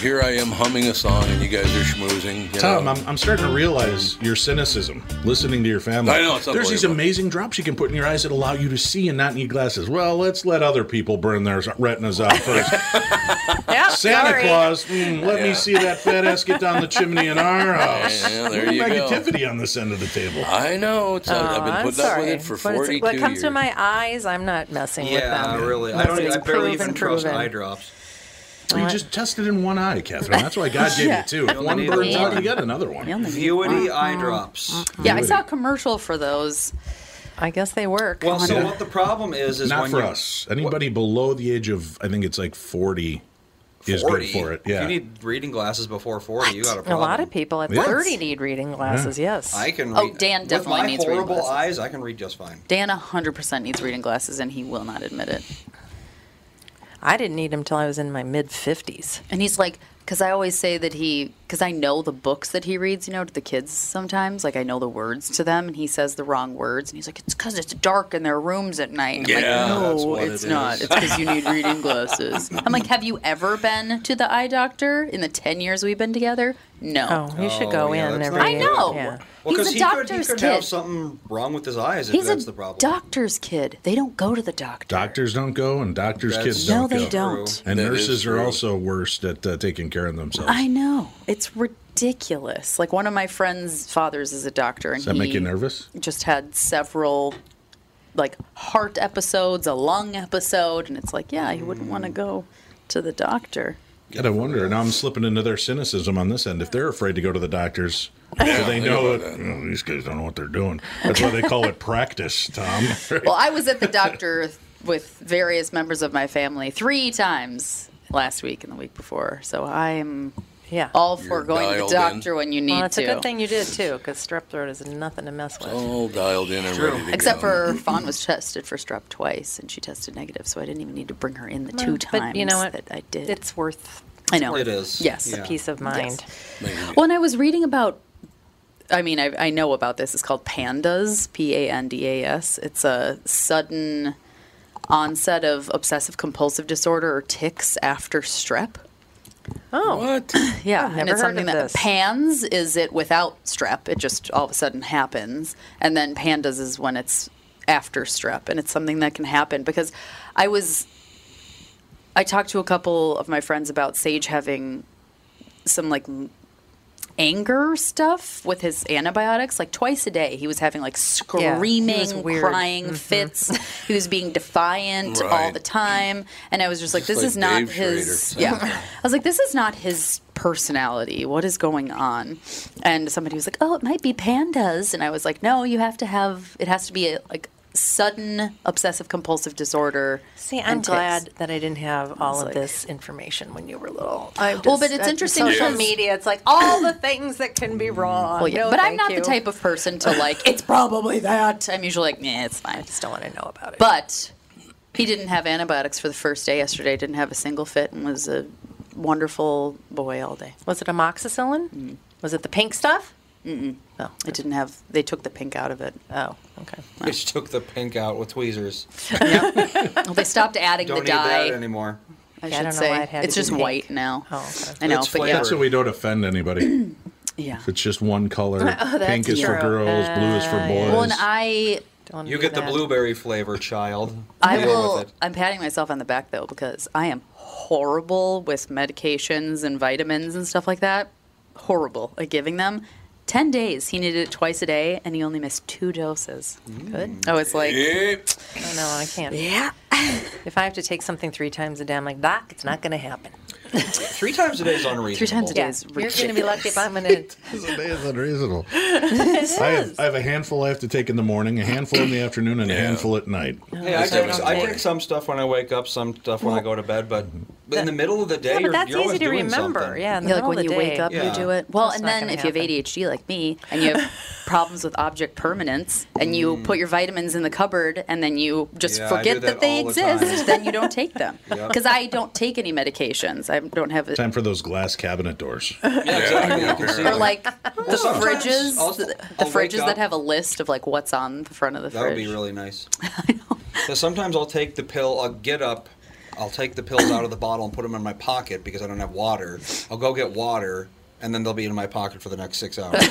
Speaker 1: Here I am humming a song, and you guys are schmoozing. you
Speaker 8: Tom,
Speaker 1: know.
Speaker 8: I'm, I'm starting to realize your cynicism listening to your family.
Speaker 1: I know, it's
Speaker 8: There's these
Speaker 1: unbelievable.
Speaker 8: amazing drops you can put in your eyes that allow you to see and not need glasses. Well, let's let other people burn their retinas out first. Santa
Speaker 7: sorry.
Speaker 8: Claus, mm, let me
Speaker 7: Yeah.
Speaker 8: see that fat ass get down the chimney in our house.
Speaker 1: Yeah, there
Speaker 8: What
Speaker 1: you go.
Speaker 8: negativity on this end of the table.
Speaker 1: I know. It's, I've
Speaker 3: Aw,
Speaker 1: been
Speaker 3: I'm
Speaker 1: putting up with
Speaker 3: Uh, sorry.
Speaker 1: it for
Speaker 3: What is it-
Speaker 1: 42
Speaker 3: What comes
Speaker 1: years.
Speaker 3: to my eyes, I'm not messing with
Speaker 4: Yeah,
Speaker 3: them.
Speaker 4: really. I
Speaker 3: This
Speaker 4: don't. e,
Speaker 3: is
Speaker 4: I barely
Speaker 3: proven,
Speaker 4: even trust
Speaker 3: proven.
Speaker 4: eye drops.
Speaker 8: You just tested in one eye, Catherine. That's why God gave
Speaker 2: Yeah.
Speaker 8: you two. If
Speaker 4: You
Speaker 8: one
Speaker 4: only need
Speaker 8: burns out,
Speaker 4: one.
Speaker 8: you got another one.
Speaker 4: Vuity eye drops.
Speaker 2: Yeah, I saw a commercial for those.
Speaker 3: I guess they work.
Speaker 4: Well, so what the problem is is
Speaker 8: Not
Speaker 4: when
Speaker 8: for
Speaker 4: you-
Speaker 8: us. Anybody below the age of, I think it's like 40, is good
Speaker 4: 40,
Speaker 8: for it.
Speaker 4: If
Speaker 8: Yeah.
Speaker 4: you need reading glasses before forty. You got a
Speaker 3: A
Speaker 4: problem.
Speaker 3: lot of people at
Speaker 8: Yeah.
Speaker 3: 30 need reading glasses, yes.
Speaker 4: I can.
Speaker 2: Oh,
Speaker 4: Read,
Speaker 2: Dan definitely
Speaker 4: with my
Speaker 2: needs reading
Speaker 4: horrible
Speaker 2: glasses.
Speaker 4: eyes. I can read just fine.
Speaker 2: Dan 100% needs reading glasses, and he will not admit it.
Speaker 3: I didn't need him till I was in my mid 50s.
Speaker 2: And he's like, because I always say that he, because I know the books that he reads, you know, to the kids sometimes. Like, I know the words to them, and he says the wrong words. And he's like, it's because it's dark in their rooms at night. I'm
Speaker 1: Yeah,
Speaker 2: like,
Speaker 1: that's
Speaker 2: no,
Speaker 1: what
Speaker 2: it's
Speaker 1: it
Speaker 2: not.
Speaker 1: is."
Speaker 2: It's because you need reading glasses. I'm like, have you ever been to the eye doctor in the 10 years we've been together? No.
Speaker 3: Oh, you should go
Speaker 4: yeah,
Speaker 3: in
Speaker 4: that's
Speaker 3: every
Speaker 4: not
Speaker 2: I
Speaker 4: good.
Speaker 2: know.
Speaker 4: Well,
Speaker 2: He's
Speaker 4: 'cause
Speaker 2: a
Speaker 4: he could, he
Speaker 2: doctor's
Speaker 4: could
Speaker 2: kid.
Speaker 4: have something wrong with his eyes if
Speaker 2: He's
Speaker 4: that's
Speaker 2: a
Speaker 4: the problem.
Speaker 2: doctor's kid. They don't go to the doctor.
Speaker 8: Doctors don't go, and doctors'
Speaker 4: That's
Speaker 8: kids
Speaker 4: No,
Speaker 8: don't
Speaker 4: they
Speaker 8: go.
Speaker 2: don't.
Speaker 8: And
Speaker 4: That is
Speaker 8: nurses are
Speaker 4: true.
Speaker 8: also worst at uh, taking care of themselves.
Speaker 2: I know. It's ridiculous. Like one of my friend's fathers is a doctor and
Speaker 8: Does that make
Speaker 2: he
Speaker 8: you nervous?
Speaker 2: just had several like heart episodes, a lung episode, and it's like, yeah, you wouldn't want to go to the doctor.
Speaker 8: God, I wonder. Now I'm slipping into their cynicism on this end. If they're afraid to go to the doctors, so they
Speaker 1: they
Speaker 8: know
Speaker 1: know
Speaker 8: it. "Oh, these guys don't know what they're doing. That's why they call it practice, Tom.
Speaker 2: Well, I was at the doctor with various members of my family three times last week and the week before. So I'm
Speaker 3: yeah.
Speaker 2: all for going to the doctor when you need
Speaker 3: well, it's
Speaker 2: to.
Speaker 3: a good thing you did, too, because strep throat is nothing to mess with.
Speaker 1: All dialed in and ready to
Speaker 2: Except
Speaker 1: go.
Speaker 2: for Fawn was tested for strep twice, and she tested negative, so I didn't even need to bring her in the two times
Speaker 3: But you know what?
Speaker 2: that I did.
Speaker 3: It's worth
Speaker 2: I know.
Speaker 3: it's worth
Speaker 2: It is. Yes.
Speaker 3: the
Speaker 2: Yeah.
Speaker 3: peace of mind.
Speaker 2: Well, and I was reading about. I mean, I, I know about this. It's called pandas, P A N D A S. It's a sudden onset of obsessive compulsive disorder or tics after strep.
Speaker 3: Oh.
Speaker 1: What?
Speaker 3: I've
Speaker 2: Yeah, and
Speaker 3: never
Speaker 2: it's
Speaker 3: heard
Speaker 2: something
Speaker 3: of
Speaker 2: that
Speaker 3: this.
Speaker 2: pans is it without strep. It just all of a sudden happens, and then pandas is when it's after strep, and it's something that can happen because I was I talked to a couple of my friends about Sage having some like m- anger stuff with his antibiotics like twice a day he was having like
Speaker 3: he was
Speaker 2: screaming
Speaker 3: weird. Mm-hmm.
Speaker 2: crying fits he was being defiant all
Speaker 3: Right.
Speaker 2: the time and i was just like
Speaker 3: Just
Speaker 2: this
Speaker 3: like
Speaker 2: is not
Speaker 3: Dave Schrader
Speaker 2: his
Speaker 3: sounds
Speaker 2: yeah
Speaker 3: like.
Speaker 2: I was like, this is not his personality. What is going on? And somebody was like, oh, it might be pandas. And I was like, no, you have to have, it has to be a, like sudden obsessive compulsive disorder.
Speaker 3: See,
Speaker 2: and
Speaker 3: I'm
Speaker 2: tics.
Speaker 3: glad that I didn't have all
Speaker 2: was
Speaker 3: of
Speaker 2: like-
Speaker 3: this information when you were little.
Speaker 2: Well, but it's
Speaker 3: uh,
Speaker 2: interesting
Speaker 3: Social
Speaker 2: because-
Speaker 3: media, it's like all the things that can be wrong.
Speaker 2: Well, yeah,
Speaker 3: No,
Speaker 2: but I'm
Speaker 3: thank
Speaker 2: not
Speaker 3: you.
Speaker 2: the type of person to like, it's probably that. I'm usually like, nah, it's fine. I just
Speaker 3: don't want to know about it.
Speaker 2: But he didn't have antibiotics for the first day yesterday, didn't have a single fit, and was a wonderful boy all day.
Speaker 3: Was it amoxicillin? Was it the pink stuff?
Speaker 2: Mm-mm.
Speaker 3: Oh,
Speaker 2: it didn't have. They took the pink out of it.
Speaker 3: Oh, okay.
Speaker 4: They just took the pink out with tweezers.
Speaker 2: Well, they stopped adding
Speaker 4: Don't
Speaker 2: the
Speaker 4: need
Speaker 2: dye.
Speaker 4: that anymore.
Speaker 2: I
Speaker 3: Yeah, I
Speaker 2: should
Speaker 3: don't know
Speaker 2: say
Speaker 3: why it had to
Speaker 2: it's
Speaker 3: be
Speaker 2: just
Speaker 3: pink.
Speaker 2: white now.
Speaker 3: Oh,
Speaker 2: I know,
Speaker 3: It's
Speaker 2: but yeah,
Speaker 8: That's so we don't offend anybody.
Speaker 2: yeah.
Speaker 8: If it's just one color,
Speaker 2: Oh, that's
Speaker 8: pink is for
Speaker 2: true.
Speaker 8: girls, blue is for
Speaker 2: Uh,
Speaker 8: boys.
Speaker 2: Well, and I,
Speaker 4: You get the blueberry flavor, child.
Speaker 2: I
Speaker 4: Deal
Speaker 2: will.
Speaker 4: with it.
Speaker 2: I'm patting myself on the back though because I am horrible with medications and vitamins and stuff like that. Horrible at giving them. Ten days. He needed it twice a day, and he only missed two doses.
Speaker 3: Good.
Speaker 2: Oh, it's like
Speaker 3: Oh, no, I can't. Yeah. if I have to take something three times a day, I'm like, Doc, it's not going to happen.
Speaker 4: Three times a day is unreasonable.
Speaker 2: Three times a day is
Speaker 3: You're going to be lucky if I'm going
Speaker 8: a day is unreasonable.
Speaker 3: to.
Speaker 8: I have, I have a handful I have to take in the morning, a handful in the afternoon, and a handful at night.
Speaker 4: Hey, I take, I take some stuff when I wake up, some stuff when I go to bed, but in the middle of the
Speaker 3: Yeah,
Speaker 4: day,
Speaker 3: but
Speaker 4: you're,
Speaker 3: that's
Speaker 4: you're always
Speaker 3: easy to
Speaker 4: doing
Speaker 3: remember.
Speaker 4: something.
Speaker 3: Yeah, in the
Speaker 2: Yeah, like
Speaker 3: middle
Speaker 2: when
Speaker 3: of
Speaker 2: you
Speaker 3: the
Speaker 2: wake
Speaker 3: day.
Speaker 2: up, you
Speaker 4: Yeah.
Speaker 2: do it. Well,
Speaker 3: That's
Speaker 2: and
Speaker 3: not
Speaker 2: then
Speaker 3: gonna
Speaker 2: if you have ADHD like me and you have problems with object permanence and you put your vitamins in the cupboard and then you just
Speaker 4: Mm. Yeah, I do
Speaker 2: forget that,
Speaker 4: that
Speaker 2: they
Speaker 4: all the
Speaker 2: exist,
Speaker 4: time.
Speaker 2: then you don't take them.
Speaker 8: Yep.
Speaker 2: Because I don't take any medications. I don't have it.
Speaker 8: Time for those glass cabinet doors.
Speaker 2: Or like the
Speaker 4: sometimes
Speaker 2: fridges,
Speaker 4: I'll-
Speaker 2: the,
Speaker 4: I'll
Speaker 2: the
Speaker 4: wake
Speaker 2: fridges that
Speaker 4: up-
Speaker 2: have a list of like what's on the front of the
Speaker 4: That would
Speaker 2: fridge.
Speaker 4: be really nice. Because sometimes I'll take the pill, I'll get up, I'll take the pills out of the bottle and put them in my pocket because I don't have water. I'll go get water, and then they'll be in my pocket for the next six hours.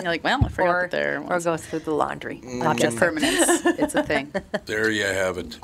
Speaker 2: You're like, well, I forgot that there.
Speaker 3: Or go through the laundry.
Speaker 4: Mm.
Speaker 2: Object permanence. It's a thing.
Speaker 1: There you have it.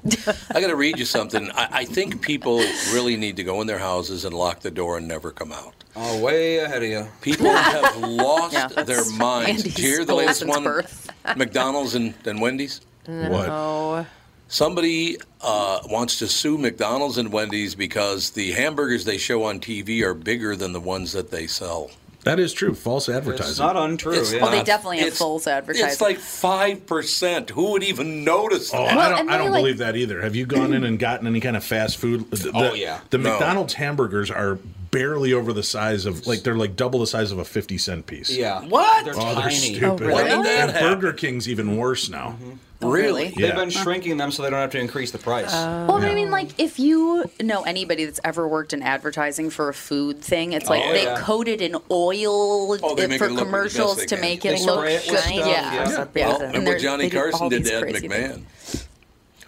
Speaker 1: I got to read you something. I, I think people really need to go in their houses and lock the door and never come out.
Speaker 4: Oh, way ahead of you.
Speaker 1: People have lost
Speaker 4: Yeah,
Speaker 1: their
Speaker 4: that's
Speaker 1: minds. Did you hear the
Speaker 4: Andy's
Speaker 1: latest one?
Speaker 4: birth.
Speaker 1: McDonald's and, and Wendy's?
Speaker 3: No.
Speaker 1: Somebody uh, wants to sue McDonald's and Wendy's because the hamburgers they show on TV are bigger than the ones that they sell.
Speaker 8: That is true. False advertising.
Speaker 1: not untrue, It's yeah.
Speaker 2: Well, they
Speaker 1: not-
Speaker 2: definitely have
Speaker 1: it's-
Speaker 2: false advertising.
Speaker 1: It's like 5%. Who would even notice
Speaker 8: Oh,
Speaker 1: that?
Speaker 8: I don't, I don't believe that either. Have you gone in and gotten any kind of fast food? The,
Speaker 1: Oh,
Speaker 8: the-
Speaker 1: yeah.
Speaker 8: The
Speaker 1: No.
Speaker 8: McDonald's hamburgers are barely over the size of, like, they're like double the size of a 50 cent piece.
Speaker 4: Yeah.
Speaker 1: What?
Speaker 4: They're
Speaker 8: oh, they're
Speaker 4: tiny.
Speaker 8: stupid. And, and Burger King's even worse now.
Speaker 1: Mm-hmm.
Speaker 2: Oh, really? really?
Speaker 4: They've
Speaker 8: Yeah.
Speaker 4: been shrinking them so they don't have to increase the price.
Speaker 2: Oh. well, I mean, like, if you know anybody that's ever worked in advertising for a food thing, it's like
Speaker 4: Oh,
Speaker 2: they
Speaker 4: yeah.
Speaker 2: coat it in oil
Speaker 1: Oh, they make
Speaker 2: for
Speaker 1: it look the best
Speaker 2: commercials
Speaker 1: they
Speaker 2: to
Speaker 1: can.
Speaker 2: make
Speaker 1: They
Speaker 2: it look
Speaker 1: spray it with
Speaker 2: good.
Speaker 1: stuff,
Speaker 2: yeah.
Speaker 1: yeah.
Speaker 2: Yeah.
Speaker 1: Well,
Speaker 2: And
Speaker 1: remember
Speaker 2: they're-
Speaker 1: Johnny
Speaker 2: they do all
Speaker 1: Carson did
Speaker 2: these
Speaker 1: to Ed
Speaker 2: crazy
Speaker 1: McMahon.
Speaker 2: things.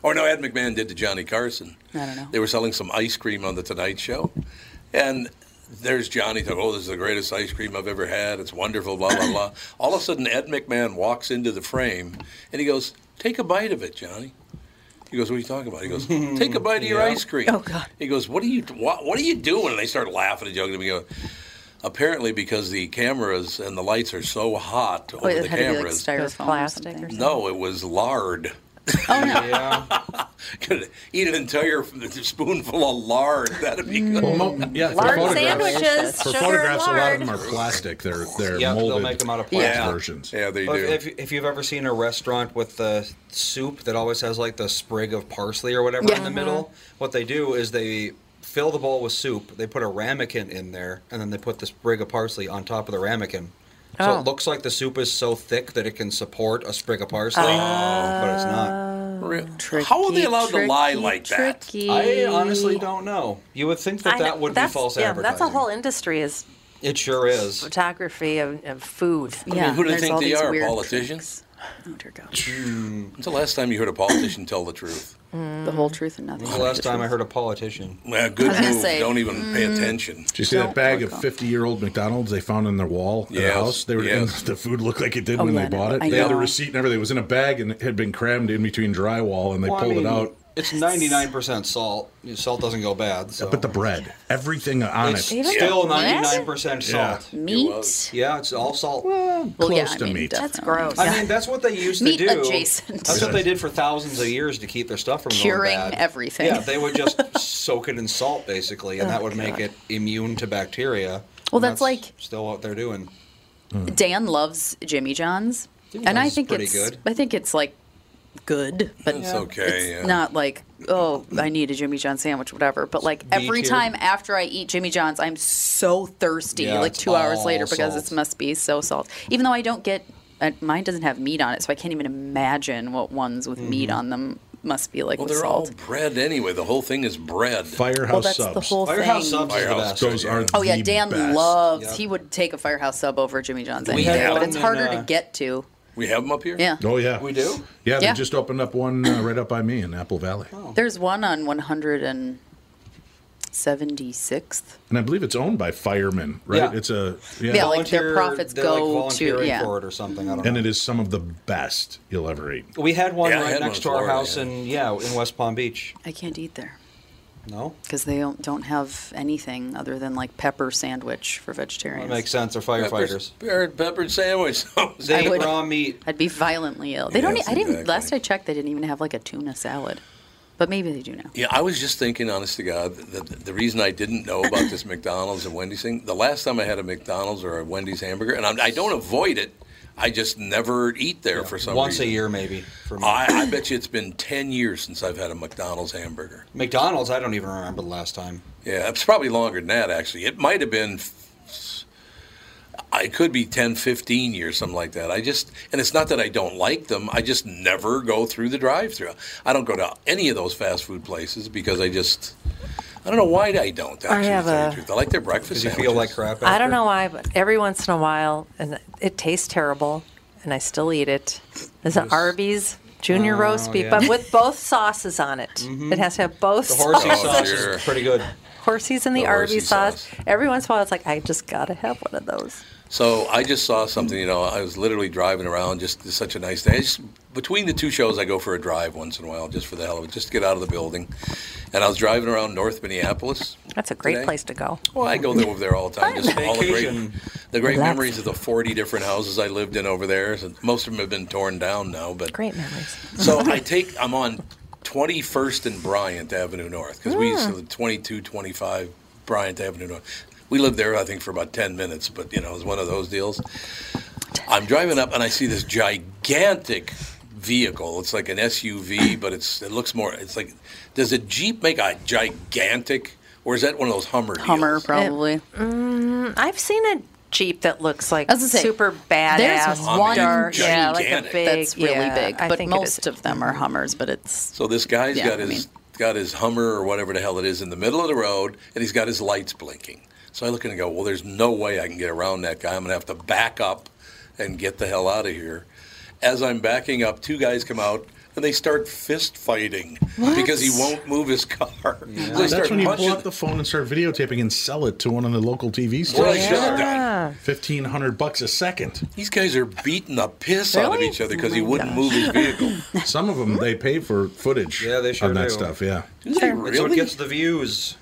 Speaker 1: Or no, Ed McMahon did to Johnny Carson.
Speaker 2: I don't know.
Speaker 1: They were selling some ice cream on the Tonight Show, and there's Johnny talking, "Oh, this is the greatest ice cream I've ever had. It's wonderful." Blah blah blah. All of a sudden, Ed McMahon walks into the frame, and he goes, "Take a bite of it, Johnny." He goes, "What are you talking about?" He goes, "Take a bite of your
Speaker 4: Yeah.
Speaker 1: ice cream."
Speaker 4: Oh,
Speaker 1: God. He goes, "What are you? What, what are you doing?" And they start laughing and joking. And we go. Apparently, because the cameras and the lights are so hot over
Speaker 2: Wait, it
Speaker 1: the
Speaker 2: had to be, like,
Speaker 1: cameras,
Speaker 2: styrofoam or Plastic or something. Oh,
Speaker 1: no, it was lard. Could eat an entire spoonful of lard. That'd be good.
Speaker 8: yeah, for
Speaker 1: Lard
Speaker 8: photographs,
Speaker 1: sandwiches,
Speaker 8: for
Speaker 1: sugar
Speaker 8: photographs, a lot
Speaker 1: lard.
Speaker 8: of them are plastic. They're they're
Speaker 4: Yeah,
Speaker 8: molded.
Speaker 4: they'll make them out of
Speaker 8: glass
Speaker 4: plastic
Speaker 8: versions.
Speaker 1: Yeah, they
Speaker 4: Well, If, if you've ever seen a restaurant with the soup that always has like the sprig of parsley or whatever in the middle, what they do is they fill the bowl with soup, they put a ramekin in there, and then they put the sprig of parsley on top of the ramekin. So
Speaker 3: Oh.
Speaker 4: it looks like the soup is so thick that it can support a sprig of parsley, but it's not.
Speaker 1: How are they allowed to lie like that?
Speaker 3: tricky.
Speaker 4: I honestly don't know. You would think that
Speaker 3: I
Speaker 4: that
Speaker 3: know-
Speaker 4: would be
Speaker 3: that's-
Speaker 4: false
Speaker 3: yeah,
Speaker 4: advertising.
Speaker 3: That's a whole industry is
Speaker 4: It sure is.
Speaker 3: photography of, of food.
Speaker 1: I mean, who do they think they are? Politicians?
Speaker 3: Oh,
Speaker 1: When's the last time you heard a politician tell the truth?
Speaker 2: The whole truth and nothing.
Speaker 4: When's the last time I heard a politician?
Speaker 1: Well, good
Speaker 2: I was gonna
Speaker 1: move.
Speaker 2: say, mm,
Speaker 1: Don't even pay attention.
Speaker 8: Did you see
Speaker 4: Oh
Speaker 8: that bag of 50 year old McDonald's they found on their wall at the
Speaker 1: Yes,
Speaker 8: house? They were
Speaker 1: yes.
Speaker 8: and the food looked like it did
Speaker 1: Oh,
Speaker 8: when
Speaker 1: yeah,
Speaker 8: they
Speaker 1: I
Speaker 8: bought
Speaker 1: know.
Speaker 8: it.
Speaker 1: I
Speaker 8: They had a
Speaker 1: know.
Speaker 8: receipt and everything. It was in a bag and it had been crammed in between drywall and they
Speaker 4: Well, I
Speaker 8: pulled
Speaker 4: mean,
Speaker 8: it out.
Speaker 4: It's ninety nine percent salt. Salt doesn't go bad. So.
Speaker 8: But the bread, everything on
Speaker 4: It's
Speaker 8: it.
Speaker 4: still ninety nine percent
Speaker 8: Yeah.
Speaker 4: salt.
Speaker 2: Meat?
Speaker 4: Yeah, it's all salt.
Speaker 2: Well, yeah,
Speaker 8: Close
Speaker 2: I
Speaker 8: to
Speaker 2: mean,
Speaker 8: meat.
Speaker 2: That's gross.
Speaker 4: I mean, that's what they used
Speaker 2: Meat
Speaker 4: to do.
Speaker 2: adjacent.
Speaker 4: That's what they did for thousands of years to keep their stuff from
Speaker 2: Curing
Speaker 4: going bad.
Speaker 2: everything. Oh,
Speaker 4: Yeah, they would just soak it in salt basically, and that would make it immune to bacteria.
Speaker 2: Well,
Speaker 4: and
Speaker 2: that's like-
Speaker 4: still what they're doing.
Speaker 2: Dan loves Jimmy John's,
Speaker 4: Jimmy
Speaker 2: and I
Speaker 4: John's is
Speaker 2: think
Speaker 4: pretty
Speaker 2: it's
Speaker 4: good.
Speaker 2: I think it's like good, but
Speaker 1: It's okay,
Speaker 2: it's
Speaker 1: yeah.
Speaker 2: not like oh I need a Jimmy John sandwich, whatever. But like
Speaker 1: B
Speaker 2: every
Speaker 1: tier.
Speaker 2: time after I eat Jimmy John's, I'm so thirsty.
Speaker 1: Yeah,
Speaker 2: like
Speaker 1: it's
Speaker 2: two hours
Speaker 1: all
Speaker 2: later because
Speaker 1: salt.
Speaker 2: it must be so salt. Even though I don't get uh, mine doesn't have meat on it, so I can't even imagine what ones with meat on them must be like
Speaker 1: Well,
Speaker 2: with
Speaker 1: they're
Speaker 2: salt.
Speaker 1: all bread anyway. The whole thing is bread.
Speaker 8: Firehouse
Speaker 2: Well, that's the subs. whole Firehouse thing. subs is the
Speaker 1: Firehouse
Speaker 8: best. Those are
Speaker 2: Oh yeah, Dan loves. He would take a firehouse sub over Jimmy John's
Speaker 8: We
Speaker 2: any
Speaker 8: had
Speaker 2: day, but
Speaker 8: one
Speaker 2: it's harder
Speaker 8: in, uh,
Speaker 2: to get to.
Speaker 1: We have them up here?
Speaker 2: Yeah.
Speaker 8: Oh, yeah.
Speaker 1: We do?
Speaker 8: Yeah, they
Speaker 2: Yeah.
Speaker 8: just opened up one uh, right up by me in Apple Valley.
Speaker 2: There's one on 176th.
Speaker 8: And I believe it's owned by firemen, right?
Speaker 2: Yeah.
Speaker 8: It's a.
Speaker 2: Yeah, like their profits
Speaker 4: they're
Speaker 2: go
Speaker 4: like volunteering
Speaker 2: to yeah.
Speaker 4: for it or something. I don't know.
Speaker 8: And it is some of the best you'll ever eat.
Speaker 4: We had one
Speaker 8: Yeah, I
Speaker 4: right
Speaker 8: had one
Speaker 4: next
Speaker 8: in
Speaker 4: to our
Speaker 8: Florida,
Speaker 4: house
Speaker 8: yeah.
Speaker 4: in yeah in West Palm Beach.
Speaker 2: I can't eat there
Speaker 4: No,
Speaker 2: because they don't, don't have anything other than like pepper sandwich for vegetarians.
Speaker 4: that makes sense. They're
Speaker 1: Pepper-
Speaker 4: firefighters.
Speaker 1: Peppered, peppered sandwich.
Speaker 4: They eat raw meat.
Speaker 2: I'd be violently ill. They don't.
Speaker 1: Yes,
Speaker 2: e- I didn't.
Speaker 1: exactly.
Speaker 2: Last I checked, they didn't even have like a tuna salad, but maybe they do now.
Speaker 1: Yeah, I was just thinking, honest to God, that the reason I didn't know about this McDonald's and Wendy's thing, the last time I had a McDonald's or a Wendy's hamburger, and I'm, I don't avoid it, I just never eat there for some
Speaker 4: Once a
Speaker 1: reason.
Speaker 4: year, maybe. For me.
Speaker 1: I, I bet you it's been 10 years since I've had a McDonald's hamburger.
Speaker 4: McDonald's, I don't even remember the last time.
Speaker 1: Yeah, it's probably longer than that, actually. It might have been, I could be 10, 15 years, something like that. I just, and it's not that I don't like them, I just never go through the drive through. I don't go to any of those fast food places because I just, I don't know why I don't, actually.
Speaker 3: I have
Speaker 1: to tell you
Speaker 3: a-
Speaker 1: the truth. I like their breakfast
Speaker 4: you feel
Speaker 1: sandwiches.
Speaker 4: like crap
Speaker 3: I don't know why, but every once in a while, and it tastes terrible, and I still eat it. There's an Arby's Junior
Speaker 4: Oh,
Speaker 3: roast beef,
Speaker 4: yeah. Mm-hmm.
Speaker 3: but with both sauces on it. It has to have both
Speaker 4: The horsey
Speaker 3: sauces.
Speaker 4: sauce is pretty good.
Speaker 3: Horsies and the,
Speaker 1: The horsey
Speaker 3: Arby sauce. Every once in a while, it's like, I just got to have one of those.
Speaker 1: So I just saw something, you know, I was literally driving around, just it's such a nice day. I just, between the two shows, I go for a drive once in a while, just for the hell of it, just to get out of the building. And I was driving around North Minneapolis.
Speaker 3: That's a great
Speaker 1: today.
Speaker 3: place to go.
Speaker 1: Well, I go there over there all the time. Just all the great,
Speaker 4: Vacation.
Speaker 1: the great
Speaker 3: Relax.
Speaker 1: memories of the 40 different houses I lived in over there. So most of them have been torn down now, but
Speaker 3: Great memories.
Speaker 1: so I take, I'm on 21st and Bryant Avenue North because we used to
Speaker 3: Hmm.
Speaker 1: live 22, 25 Bryant Avenue North. We lived there, I think, for about 10 minutes, but you know, it was one of those deals. I'm driving up and I see this gigantic vehicle. It's like an SUV, but it's it looks more. It's like, does a Jeep make a gigantic, or is that one of those Hummer? Deals?
Speaker 2: Hummer, probably.
Speaker 3: Mm, I've seen a Jeep that looks like
Speaker 2: I was gonna say,
Speaker 3: super badass.
Speaker 2: There's one
Speaker 3: dark, yeah, like a
Speaker 1: gigantic.
Speaker 3: big,
Speaker 2: that's really
Speaker 3: yeah,
Speaker 2: big,
Speaker 3: I
Speaker 2: but
Speaker 3: think it is.
Speaker 2: most of them are Hummers. But it's
Speaker 1: So this guy's
Speaker 2: Yeah,
Speaker 1: got
Speaker 2: I
Speaker 1: his
Speaker 2: mean-
Speaker 1: got his Hummer or whatever the hell it is in the middle of the road, and he's got his lights blinking. So I look and go, well, there's no way I can get around that guy. I'm gonna have to back up and get the hell out of here. As I'm backing up, two guys come out. And they start fist fighting because he won't move his car. So they
Speaker 8: That's
Speaker 1: start
Speaker 8: when you
Speaker 1: punching-
Speaker 8: pull out the phone and start videotaping and sell it to one of the local TV
Speaker 1: Well,
Speaker 8: stores.
Speaker 1: they should have done.
Speaker 8: Fifteen hundred bucks a second.
Speaker 1: These guys are beating the piss out of
Speaker 8: Really?
Speaker 1: each other because he wouldn't move his vehicle.
Speaker 8: Some of them they pay for footage. Yeah, they
Speaker 4: sure
Speaker 8: on that
Speaker 4: do.
Speaker 8: stuff. Yeah,
Speaker 4: That's what gets the views.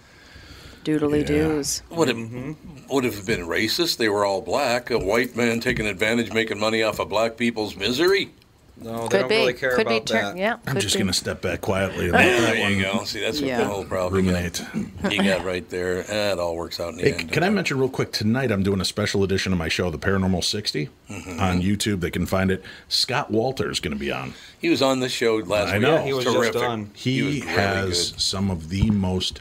Speaker 4: mm-hmm.
Speaker 2: doodly doos.
Speaker 1: Would it would have been racist? They were all black. A white man taking advantage, making money off of black people's misery.
Speaker 3: they
Speaker 4: No,
Speaker 3: Could don't be. really care Could be about tur- that. yeah,
Speaker 8: I'm
Speaker 3: could
Speaker 8: just
Speaker 3: be.
Speaker 8: gonna step back quietly. And
Speaker 1: There
Speaker 8: let that
Speaker 1: you
Speaker 8: one
Speaker 1: go. See, that's what
Speaker 8: Yeah.
Speaker 1: the whole problem
Speaker 8: ruminate.
Speaker 1: you got right there. Eh, It all works out in the
Speaker 8: Hey,
Speaker 1: end.
Speaker 8: can I mention real quick tonight? I'm doing a special edition of my show, The Paranormal 60,
Speaker 1: Mm-hmm.
Speaker 8: on YouTube. They can find it. Scott Walter's going to be on.
Speaker 1: He was on the show last
Speaker 8: I
Speaker 1: week.
Speaker 8: know.
Speaker 1: Terrific.
Speaker 8: He,
Speaker 1: was really
Speaker 8: has
Speaker 1: good.
Speaker 8: some of the most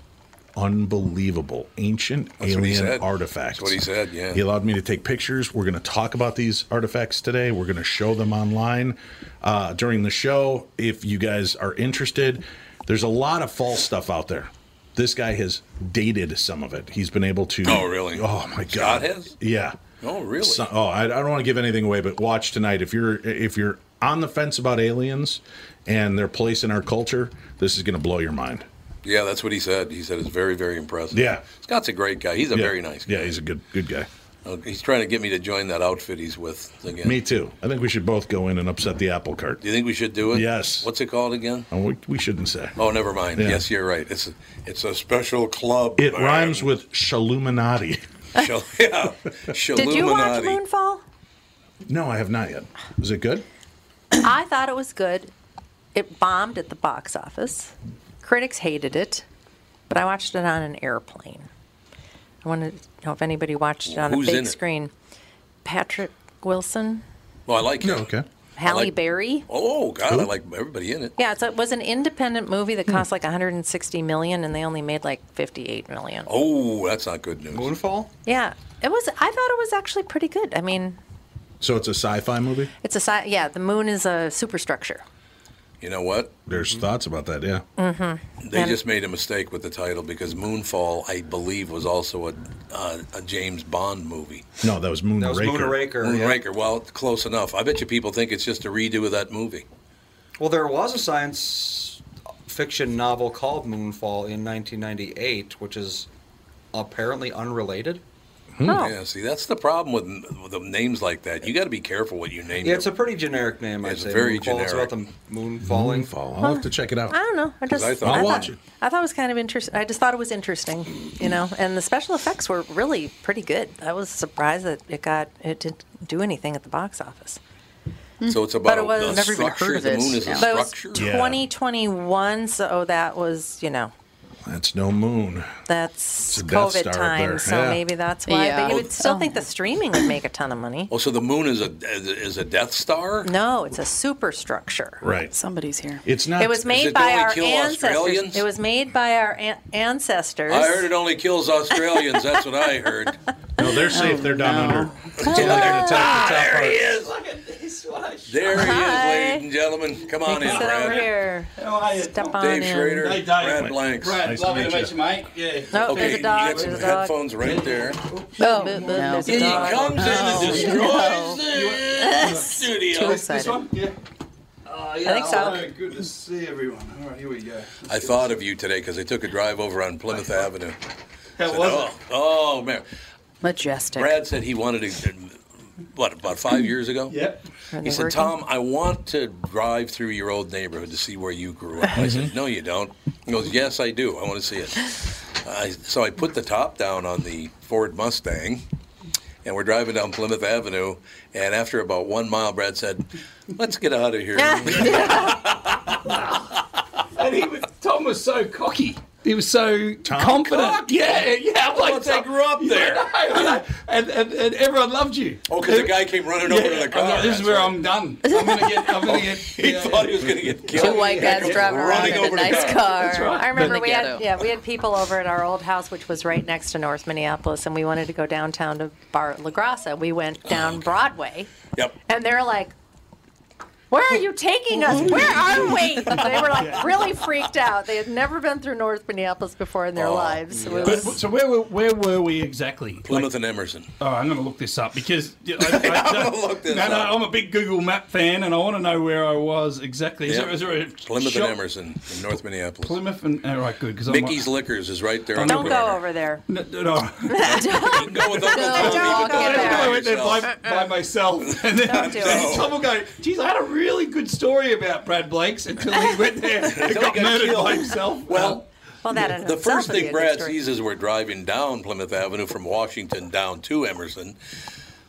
Speaker 8: unbelievable ancient
Speaker 1: That's what he
Speaker 8: alien
Speaker 1: said.
Speaker 8: artifacts.
Speaker 1: That's what he said, yeah.
Speaker 8: He allowed me to take pictures. We're going to talk about these artifacts today. We're going to show them online uh, during the show. If you guys are interested, there's a lot of false stuff out there. This guy has dated some of it. He's been able to.
Speaker 1: Oh, really?
Speaker 8: Oh my
Speaker 1: Scott
Speaker 8: God.
Speaker 1: has?
Speaker 8: Yeah.
Speaker 1: Oh, really?
Speaker 8: So- oh, I, I don't want to give anything away, but watch tonight if you're if you're on the fence about aliens and their place in our culture, this is going to blow your mind.
Speaker 1: yeah, that's what he said. He said it's very, very impressive.
Speaker 8: Yeah.
Speaker 1: Scott's a great guy. He's a
Speaker 8: Yeah.
Speaker 1: very nice guy.
Speaker 8: Yeah, he's a good good guy.
Speaker 1: Uh, He's trying to get me to join that outfit he's with again.
Speaker 8: Me too. I think we should both go in and upset the apple cart.
Speaker 1: Do you think we should do it?
Speaker 8: Yes.
Speaker 1: What's it called again?
Speaker 8: Oh, we, we shouldn't say.
Speaker 1: Oh, never mind.
Speaker 8: Yeah.
Speaker 1: Yes, you're right. It's a, it's a special club.
Speaker 8: It
Speaker 1: man.
Speaker 8: rhymes with shaluminati.
Speaker 1: Shal- yeah.
Speaker 3: Did you watch
Speaker 1: Shaluminati.
Speaker 3: Moonfall?
Speaker 8: No, I have not yet. Is it good?
Speaker 3: I thought it was good. It bombed at the box office. Critics hated it, but I watched it on an airplane. I wanted to know if anybody watched it on
Speaker 1: Who's
Speaker 3: a
Speaker 1: in
Speaker 3: big
Speaker 1: it?
Speaker 3: screen. Patrick Wilson,
Speaker 1: Well, I like it.
Speaker 8: okay.
Speaker 3: Halle Berry.
Speaker 1: Oh God, I like everybody in it.
Speaker 3: Yeah, it's, it was an independent movie that cost like 160 million, and they only made like 58 million.
Speaker 1: Oh, that's not good news.
Speaker 4: Moonfall.
Speaker 3: Yeah, it was. I thought it was actually pretty good. I mean,
Speaker 8: So it's a sci-fi movie.
Speaker 3: it's a sci- yeah. The moon is a superstructure.
Speaker 1: You know what?
Speaker 8: There's thoughts about that. Yeah.
Speaker 3: Mm-hmm.
Speaker 1: They just made a mistake with the title because Moonfall, I believe, was also a uh, a James Bond movie.
Speaker 8: No, that was Moonraker.
Speaker 1: Moonraker. Well, close enough. I bet you people think it's just a redo of that movie.
Speaker 4: Well, there was a science fiction novel called Moonfall in 1998, which is apparently unrelated. Hmm. Oh.
Speaker 1: Yeah. See, that's the problem with, n- with the names like that. You got to be careful what you name.
Speaker 4: Yeah,
Speaker 1: your-
Speaker 4: it's a pretty generic name. I'd
Speaker 1: It's
Speaker 4: say.
Speaker 1: very
Speaker 4: Moonfall. It's
Speaker 1: generic.
Speaker 4: about the moon falling.
Speaker 8: Moonfall.
Speaker 3: I'll have to
Speaker 8: check it
Speaker 3: I don't know. I
Speaker 4: 'Cause
Speaker 3: just
Speaker 4: I thought- I'll watch it.
Speaker 3: I thought it was kind of interesting. I just thought it was interesting, you know. And the special effects were really pretty good. I was surprised that it got it didn't do anything at the box office.
Speaker 1: So it's about
Speaker 3: Hmm. but it was
Speaker 1: the structure. the moon is a
Speaker 3: But it was
Speaker 1: structure.
Speaker 3: 2021, so that was you know
Speaker 8: That's no moon.
Speaker 3: that's
Speaker 8: It's a Death
Speaker 3: COVID
Speaker 8: Star up
Speaker 3: time,
Speaker 8: there,
Speaker 3: so
Speaker 8: yeah.
Speaker 3: maybe that's why.
Speaker 1: Yeah.
Speaker 3: But you would still think the streaming would make a ton of money.
Speaker 1: Oh, so the moon is a is a Death Star?
Speaker 3: No, it's a superstructure.
Speaker 8: Right.
Speaker 2: Somebody's here.
Speaker 8: It's
Speaker 3: It was made
Speaker 1: it
Speaker 3: by
Speaker 1: only
Speaker 3: our
Speaker 1: kill
Speaker 3: ancestors.
Speaker 1: Australians?
Speaker 3: It was made by our an- ancestors.
Speaker 1: I heard it only kills Australians. That's what I heard.
Speaker 8: No, they're safe. They're down under.
Speaker 1: Ah,
Speaker 8: top
Speaker 1: there he
Speaker 8: part.
Speaker 1: is. Look at this one. There he is, ladies and gentlemen. Come on in,
Speaker 3: Sit
Speaker 1: Brad.
Speaker 3: over here. Step on
Speaker 1: Dave
Speaker 3: in.
Speaker 1: Schrader,
Speaker 10: Hey, Dave.
Speaker 1: Brad Blanks.
Speaker 10: Brad,
Speaker 1: Nice to
Speaker 10: lovely to
Speaker 1: meet
Speaker 10: meet
Speaker 1: you.
Speaker 10: you, mate. Yeah.
Speaker 3: No,
Speaker 1: okay,
Speaker 3: Oh, there's a dog,
Speaker 1: you got some
Speaker 3: there's a dog.
Speaker 1: headphones right there.
Speaker 3: Oh, boop, boop, there's a
Speaker 1: He
Speaker 3: dog.
Speaker 1: comes in and
Speaker 3: Oh,
Speaker 1: destroys
Speaker 3: no.
Speaker 1: the studio.
Speaker 3: Too excited.
Speaker 1: This one?
Speaker 10: Yeah. Uh,
Speaker 3: I think so.
Speaker 10: all right, good to see everyone. All right, here we go.
Speaker 1: I thought of you today because I took a drive over on Plymouth Avenue.
Speaker 10: How
Speaker 1: Said,
Speaker 10: was
Speaker 1: oh,
Speaker 10: it?
Speaker 1: oh, man.
Speaker 2: Majestic.
Speaker 1: Brad said he wanted to, what, about five years ago?
Speaker 10: Yep.
Speaker 1: He said, Tom, I want to drive through your old neighborhood to see where you grew up. I said, No, you don't. He goes, Yes, I do. I want to see it. I, so I put the top down on the Ford Mustang, and we're driving down Plymouth Avenue. And after about one mile, Brad said, Let's get out of here.
Speaker 10: And he was, Tom was so cocky. He was so confident.
Speaker 1: Cock?
Speaker 10: Yeah, yeah. I'm like,
Speaker 1: Well, they grew up
Speaker 10: Yeah,
Speaker 1: there.
Speaker 10: I know, I know. and, and, and everyone loved you.
Speaker 1: Oh, because the guy came running over to the car.
Speaker 10: I'm like, this is where I'm done. I'm gonna get. I'm gonna get.
Speaker 1: He thought he was going to get killed.
Speaker 2: Two white guys driving around
Speaker 1: running
Speaker 2: in a
Speaker 1: over the
Speaker 2: nice
Speaker 1: car.
Speaker 2: car.
Speaker 3: I remember we had
Speaker 2: Ghetto.
Speaker 3: yeah we had people over at our old house, which was right next to North Minneapolis, and we wanted to go downtown to Bar La Grassa. We went
Speaker 1: Oh,
Speaker 3: down Broadway,
Speaker 1: Yep.
Speaker 3: and they're like, "Where are you taking us? Where are we?" They were like really freaked out. They had never been through North Minneapolis before in their lives. So it
Speaker 10: Oh, But,
Speaker 3: was-
Speaker 10: so where were, where were we exactly?
Speaker 1: Plymouth and Emerson.
Speaker 10: Oh, I'm going to look this up because yeah, I, am
Speaker 1: gonna look this
Speaker 10: no, no,
Speaker 1: up.
Speaker 10: I'm a big Google Map fan, and I want to know where I was exactly. Is
Speaker 1: Yep.
Speaker 10: there, is there a
Speaker 1: Plymouth
Speaker 10: shop-
Speaker 1: and Emerson in North Minneapolis.
Speaker 10: Plymouth and all right, good because
Speaker 1: Mickey's Liquors is right there on
Speaker 3: don't
Speaker 1: the
Speaker 3: go
Speaker 1: corner.
Speaker 3: over there.
Speaker 10: No, no, no.
Speaker 1: Go with Uncle
Speaker 3: Don't
Speaker 1: Tommy.
Speaker 3: walk in
Speaker 1: Don't
Speaker 10: I
Speaker 1: go
Speaker 10: went there by,
Speaker 1: yourself.
Speaker 10: by myself, and then,
Speaker 3: Don't do
Speaker 10: and
Speaker 3: it.
Speaker 10: someone go, "Geez, I had a really good story about Brad Blake's until he went there and
Speaker 1: Until he
Speaker 10: got,
Speaker 1: got
Speaker 10: murdered
Speaker 1: killed."
Speaker 10: by himself."
Speaker 1: Well,
Speaker 3: Well, that in
Speaker 1: the
Speaker 3: itself
Speaker 1: first
Speaker 3: would be a
Speaker 1: thing
Speaker 3: good
Speaker 1: Brad
Speaker 3: story.
Speaker 1: sees as we're driving down Plymouth Avenue from Washington down to Emerson,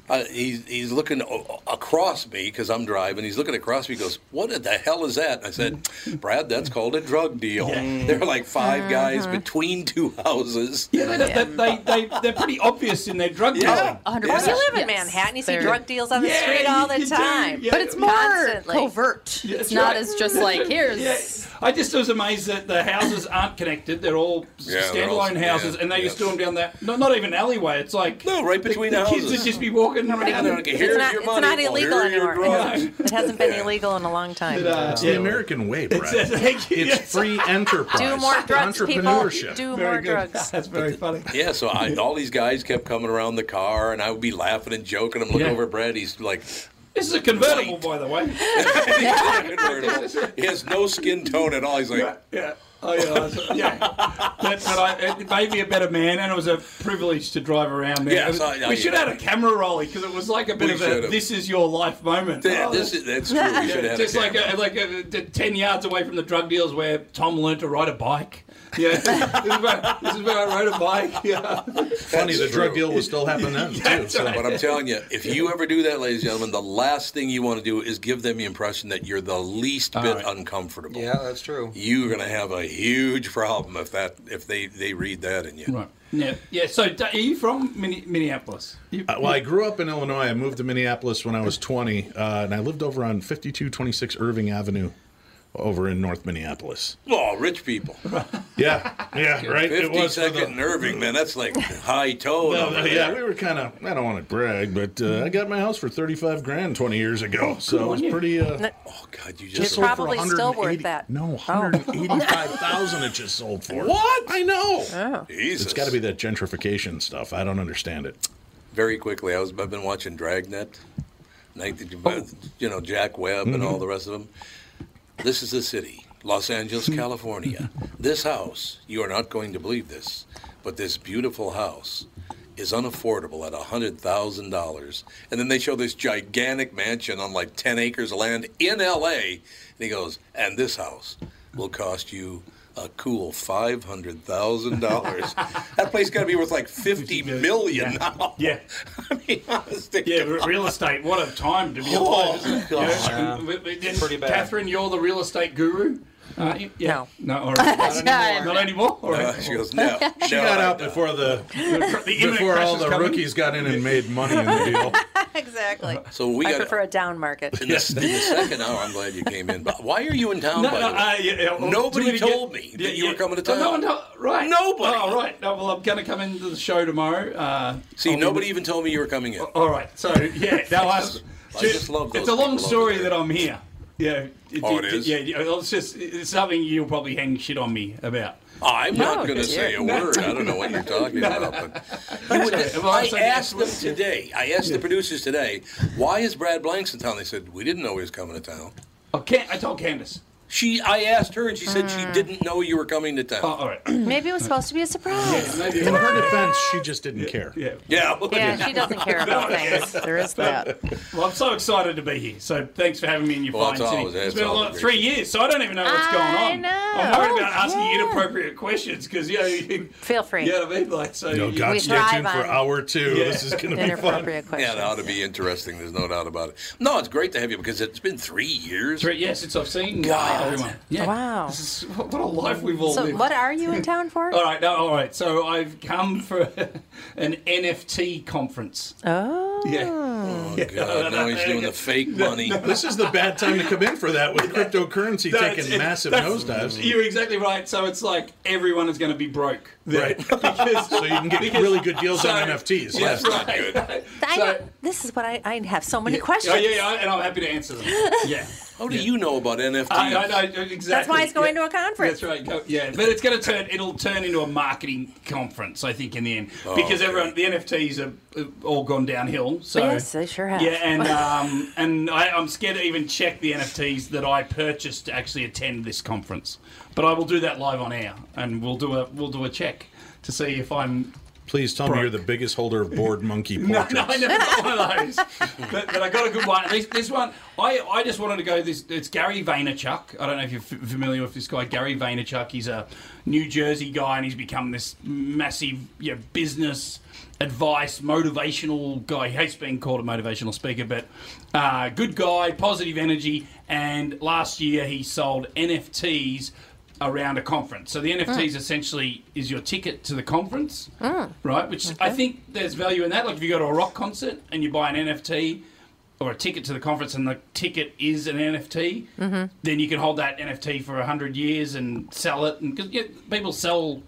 Speaker 1: uh, he's, he's looking o- across me because I'm driving. He's looking across me. He goes, "What the hell is that?" I said, "Brad, that's called a drug deal." There are like 5
Speaker 3: Uh-huh.
Speaker 1: guys between two houses.
Speaker 10: Yeah, they, They, they, they, they're pretty obvious in their drug
Speaker 1: Yeah.
Speaker 3: Oh,
Speaker 10: dealing.
Speaker 3: Well, you live in Manhattan. You see
Speaker 2: There.
Speaker 3: drug deals on the
Speaker 10: Yeah,
Speaker 3: street all
Speaker 10: you
Speaker 3: the
Speaker 10: do,
Speaker 3: time.
Speaker 10: yeah.
Speaker 2: But it's more
Speaker 3: Constantly.
Speaker 2: covert.
Speaker 10: Yeah,
Speaker 2: it's
Speaker 10: that's
Speaker 2: not
Speaker 10: right.
Speaker 2: as just like here's.
Speaker 10: Yeah. I just was amazed that the houses aren't connected. They're all
Speaker 1: Yeah, they're all-
Speaker 10: standalone houses,
Speaker 1: yeah,
Speaker 10: and they
Speaker 1: yeah.
Speaker 10: just do them down that. No, not even alleyway. It's like
Speaker 1: No, right between
Speaker 10: the,
Speaker 1: the
Speaker 10: kids
Speaker 1: houses.
Speaker 10: would just be walking
Speaker 1: Yeah,
Speaker 10: around.
Speaker 1: they're like,
Speaker 10: and-
Speaker 1: "Here's
Speaker 3: It's not,
Speaker 1: your
Speaker 3: it's
Speaker 1: money.
Speaker 3: not
Speaker 1: Well,
Speaker 3: illegal
Speaker 1: here are your
Speaker 3: anymore.
Speaker 1: drugs."
Speaker 3: It hasn't been illegal in a long time.
Speaker 10: But, uh,
Speaker 8: It's the American way, Brad.
Speaker 10: It's- it's-
Speaker 8: It's free enterprise.
Speaker 3: do more drugs, people.
Speaker 8: Entrepreneurship.
Speaker 3: Do
Speaker 10: Very
Speaker 3: more
Speaker 10: good.
Speaker 3: drugs.
Speaker 10: That's very funny.
Speaker 1: Yeah, so I, all these guys kept coming around the car, and I would be laughing and joking. I'm looking
Speaker 10: Yeah.
Speaker 1: over at Brad. He's like,
Speaker 10: This is a convertible, by the way.
Speaker 1: he has no skin tone at all. He's like,
Speaker 10: Yeah. Oh, yeah, that's- yeah. That, but I, it made me a better man, and it was a privilege to drive around there.
Speaker 1: Yeah,
Speaker 10: It was-
Speaker 1: so, yeah,
Speaker 10: we
Speaker 1: yeah.
Speaker 10: should have had a camera rolly because it was like a bit
Speaker 1: We
Speaker 10: of
Speaker 1: should
Speaker 10: a
Speaker 1: have.
Speaker 10: "this is your life" moment.
Speaker 1: "Th-
Speaker 10: Oh,
Speaker 1: this is that's true. We should have had
Speaker 10: just
Speaker 1: a
Speaker 10: like
Speaker 1: camera."
Speaker 10: a, like a, d- ten yards away from the drug deals where Tom learned to ride a bike. Yeah, this, is where, this is where I rode a bike. Yeah,
Speaker 8: Funny, the
Speaker 1: That's
Speaker 8: drug
Speaker 1: true.
Speaker 8: deal was still happening then, too.
Speaker 10: That's
Speaker 8: So.
Speaker 10: right.
Speaker 1: But I'm telling you, if you ever do that, ladies and gentlemen, the last thing you want to do is give them the impression that you're the least bit uncomfortable.
Speaker 4: Yeah, that's true.
Speaker 1: You're gonna have a huge problem if that if they they read that in you.
Speaker 10: right. Yeah, yeah. So, d- are you from Minne- Minneapolis? You,
Speaker 8: Uh, well, I grew up in Illinois. I moved to Minneapolis when I was 20, uh, and I lived over on 5226 Irving Avenue over in North Minneapolis.
Speaker 1: Oh, rich people.
Speaker 8: Yeah, yeah, right? It
Speaker 1: Fifty
Speaker 8: was for the-
Speaker 1: second and Irving, man, that's like high toe.
Speaker 10: Oh,
Speaker 8: Well,
Speaker 1: over
Speaker 8: uh,
Speaker 1: there.
Speaker 8: yeah, we were kind of, I don't want to brag, but uh, I got my house for 35 grand 20 years ago. So it was
Speaker 10: Oh, on you.
Speaker 8: pretty. Uh,
Speaker 1: Oh God, you
Speaker 8: just
Speaker 1: just
Speaker 8: sold for
Speaker 3: probably still worth
Speaker 8: 180
Speaker 3: that.
Speaker 8: No, 185,000 it just sold for.
Speaker 1: What?
Speaker 8: I know.
Speaker 3: Oh.
Speaker 1: Jesus.
Speaker 8: It's got to be that gentrification stuff. I don't understand it.
Speaker 1: very quickly. I was I've been watching Dragnet, like the- you know Jack Webb and all the rest of them. This is the city, Los Angeles, California. this house, you are not going to believe this, but this beautiful house is unaffordable at hundred thousand dollars. And then they show this gigantic mansion on like ten acres of land in L.A. And he goes, and this house will cost you. A cool five hundred thousand dollars. that place got to be worth like fifty million now.
Speaker 10: yeah.
Speaker 1: I mean, honestly,
Speaker 10: Yeah, but real estate. What a time to be
Speaker 1: Oh,
Speaker 10: alive, isn't it?
Speaker 1: gosh.
Speaker 10: Yeah. But- but then,
Speaker 4: Pretty bad.
Speaker 10: Catherine, you're the real estate guru. Uh, you- yeah.
Speaker 3: No.
Speaker 10: no, all right. not anymore. Not anymore. All right.
Speaker 1: Uh, she goes, no.
Speaker 8: She
Speaker 1: no,
Speaker 8: got
Speaker 1: I
Speaker 8: out
Speaker 1: don't."
Speaker 8: before the
Speaker 10: the imminent
Speaker 8: before
Speaker 10: crash
Speaker 8: all
Speaker 10: is
Speaker 8: the
Speaker 10: coming.
Speaker 8: rookies got in and made money in the deal.
Speaker 3: exactly.
Speaker 1: So we
Speaker 3: I
Speaker 1: got
Speaker 3: prefer a down market.
Speaker 1: in, the, in the second hour. I'm glad you came in. But why are you in town?
Speaker 10: No,
Speaker 1: by
Speaker 10: no,
Speaker 1: the
Speaker 10: uh,
Speaker 1: way?
Speaker 10: yeah, yeah, well,
Speaker 1: Nobody
Speaker 10: do it again.
Speaker 1: told me that you were coming to
Speaker 10: Oh, No,
Speaker 1: town.
Speaker 10: no, right.
Speaker 1: Nobody.
Speaker 10: Oh, right. No, well, I'm going to come into the show tomorrow. Uh,
Speaker 1: See,
Speaker 10: I'll be-
Speaker 1: nobody even told me you were coming in.
Speaker 10: All right. So, yeah. Now I,
Speaker 1: I just love those
Speaker 10: It's a long
Speaker 1: people over
Speaker 10: story
Speaker 1: there.
Speaker 10: that I'm here. Yeah.
Speaker 1: Oh, it is?
Speaker 10: Yeah, yeah, it's just it's something you'll probably hang shit on me about.
Speaker 1: I'm not going to
Speaker 3: just
Speaker 1: say
Speaker 3: here.
Speaker 1: a word. I don't know what you're talking about. But You would-
Speaker 10: Well, I'm
Speaker 1: I
Speaker 10: sorry.
Speaker 1: asked them today. I asked the producers today, why is Brad Blanks in town? They said we didn't know he was coming to town.
Speaker 10: Oh, Can- I told Candace. Uh.
Speaker 1: She, I asked her, and she said she didn't know you were coming to town. Oh,
Speaker 10: all right.
Speaker 3: Maybe it was supposed to be a surprise.
Speaker 8: In her defense, she just didn't care.
Speaker 10: Yeah.
Speaker 1: Yeah.
Speaker 3: Yeah, she doesn't care about things. There is that.
Speaker 10: Well, I'm so excited to be here. So thanks for having me in your
Speaker 1: Well,
Speaker 10: fine
Speaker 1: it's always-
Speaker 10: city. it's
Speaker 1: it's
Speaker 10: been a
Speaker 1: always
Speaker 10: lot,
Speaker 1: great.
Speaker 10: three years, so I don't even know what's going
Speaker 3: I
Speaker 10: on.
Speaker 3: know.
Speaker 10: I'm worried about
Speaker 3: Oh,
Speaker 10: asking
Speaker 3: yeah.
Speaker 10: inappropriate questions because you know, you,
Speaker 3: Feel free.
Speaker 10: You know what I mean? Like, so
Speaker 8: No,
Speaker 10: you-
Speaker 8: God, stay tuned for hour two.
Speaker 1: Yeah.
Speaker 8: This is going to be fun.
Speaker 3: Inappropriate
Speaker 1: Yeah, that ought to be interesting. There's no doubt about it. No, it's great to have you because it's been three years.
Speaker 10: Three- yeah, since I've seen
Speaker 1: God.
Speaker 10: everyone. Yeah.
Speaker 3: Wow.
Speaker 10: This is, what, what a life we've all
Speaker 3: So,
Speaker 10: lived. Uh,
Speaker 3: what are you in town for?
Speaker 10: All right, no, all right. So I've come for an NFT conference.
Speaker 3: Oh.
Speaker 10: Yeah.
Speaker 1: Oh, God, now he's doing the fake money.
Speaker 8: This is the bad time to come in for that with cryptocurrency
Speaker 10: No, it's-
Speaker 8: taking
Speaker 10: it-
Speaker 8: massive
Speaker 10: that's-
Speaker 8: nosedives.
Speaker 10: You're exactly right. So it's like everyone is going to be broke.
Speaker 8: Right. so you can get really good deals on NFTs.
Speaker 10: Yeah, that's
Speaker 8: Yes.
Speaker 10: right.
Speaker 3: I know- this is what I, I have so many questions.
Speaker 10: Oh, yeah, yeah, and I'm happy to answer them. Yeah.
Speaker 1: How do you know about NFTs?
Speaker 10: I, I know exactly.
Speaker 3: That's why it's going
Speaker 10: yeah.
Speaker 3: to a conference.
Speaker 10: That's right. Go- Yeah, but it's going to turn. It'll turn into a marketing conference, I think, in the end,
Speaker 1: Oh,
Speaker 10: because
Speaker 1: okay.
Speaker 10: everyone the NFTs have uh, all gone downhill. So
Speaker 3: Yes, they sure have.
Speaker 10: Yeah, and um, and I, I'm scared to even check the NFTs that I purchased to actually attend this conference. But I will do that live on air, and we'll do a we'll do a check to see if I'm.
Speaker 8: Please tell me you're the biggest holder of board monkey
Speaker 10: No,
Speaker 8: portraits.
Speaker 10: no, I never got one of those. But, but I got a good one. This, this one, I, I just wanted to go. This it's Gary Vaynerchuk. I don't know if you're f- familiar with this guy, Gary Vaynerchuk. He's a New Jersey guy, and he's become this massive you know, business advice, motivational guy. He hates being called a motivational speaker, but uh, good guy, positive energy. And last year, he sold NFTs around a conference. So the NFTs essentially is your ticket to the conference
Speaker 3: Mm.
Speaker 10: right? Which I think there's value in that. Like if you go to a rock concert and you buy an NFT or a ticket to the conference, and the ticket is an NFT,
Speaker 3: Mm-hmm.
Speaker 10: then you can hold that NFT for hundred years and sell it. And because yeah, people sell.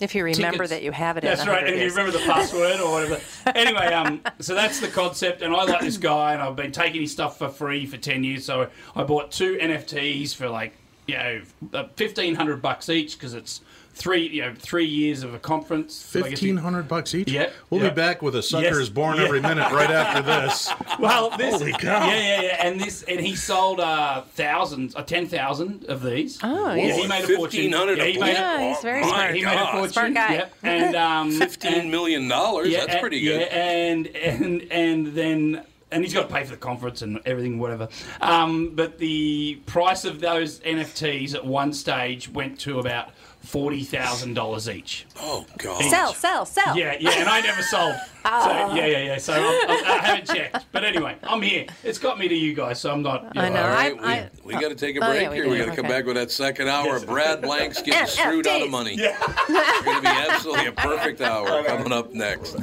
Speaker 3: If you remember
Speaker 10: tickets.
Speaker 3: that you have it. in
Speaker 10: That's right,
Speaker 3: 100
Speaker 10: and you
Speaker 3: years.
Speaker 10: remember the password or whatever. anyway, um, so that's the concept, and I like this guy, and I've been taking his stuff for free for ten years. So I bought two NFTs for like you know uh, fifteen hundred bucks each because it's three you know three years of a conference. Like, if you-
Speaker 8: Fifteen hundred bucks each.
Speaker 10: Yeah,
Speaker 8: We'll
Speaker 10: yeah.
Speaker 8: be back with a sucker
Speaker 10: Yes.
Speaker 8: is born
Speaker 10: Yeah.
Speaker 8: every minute right after this.
Speaker 10: Well, this,
Speaker 8: Holy cow.
Speaker 10: Yeah, yeah, yeah. And this, and he sold uh, thousands, uh, ten thousand of these.
Speaker 3: Oh,
Speaker 10: yeah.
Speaker 3: yeah.
Speaker 10: He made a fortune.
Speaker 1: 1,500
Speaker 10: Yeah, he
Speaker 1: a
Speaker 10: made
Speaker 1: block.
Speaker 10: a,
Speaker 3: Yeah, he's very
Speaker 1: My
Speaker 3: smart.
Speaker 10: he made a
Speaker 1: God.
Speaker 10: fortune.
Speaker 3: Smart guy.
Speaker 10: Yep. And um,
Speaker 1: Fifteen million dollars.
Speaker 10: yeah,
Speaker 1: That's
Speaker 10: and-
Speaker 1: pretty good.
Speaker 10: Yeah, and and and then and he's got to pay for the conference and everything, whatever. Um, but the price of those NFTs at one stage went to about forty thousand dollars each.
Speaker 1: Oh God.
Speaker 3: Sell, sell, sell.
Speaker 10: Yeah, yeah, and I never sold.
Speaker 3: Ah.
Speaker 10: So, yeah, yeah, yeah. So I'm, I'm, I haven't checked. But anyway, I'm here. It's got me to you guys, so I'm not. you
Speaker 3: I know.
Speaker 1: All right,
Speaker 3: I- I-
Speaker 1: we, we got to take a
Speaker 3: Oh,
Speaker 1: break
Speaker 3: yeah, we
Speaker 1: here.
Speaker 3: do.
Speaker 1: We got to come
Speaker 3: Okay.
Speaker 1: back with that second hour. of Brad Blank's getting screwed out of
Speaker 3: NFTs.
Speaker 1: money. It's going to be absolutely a perfect hour coming up next.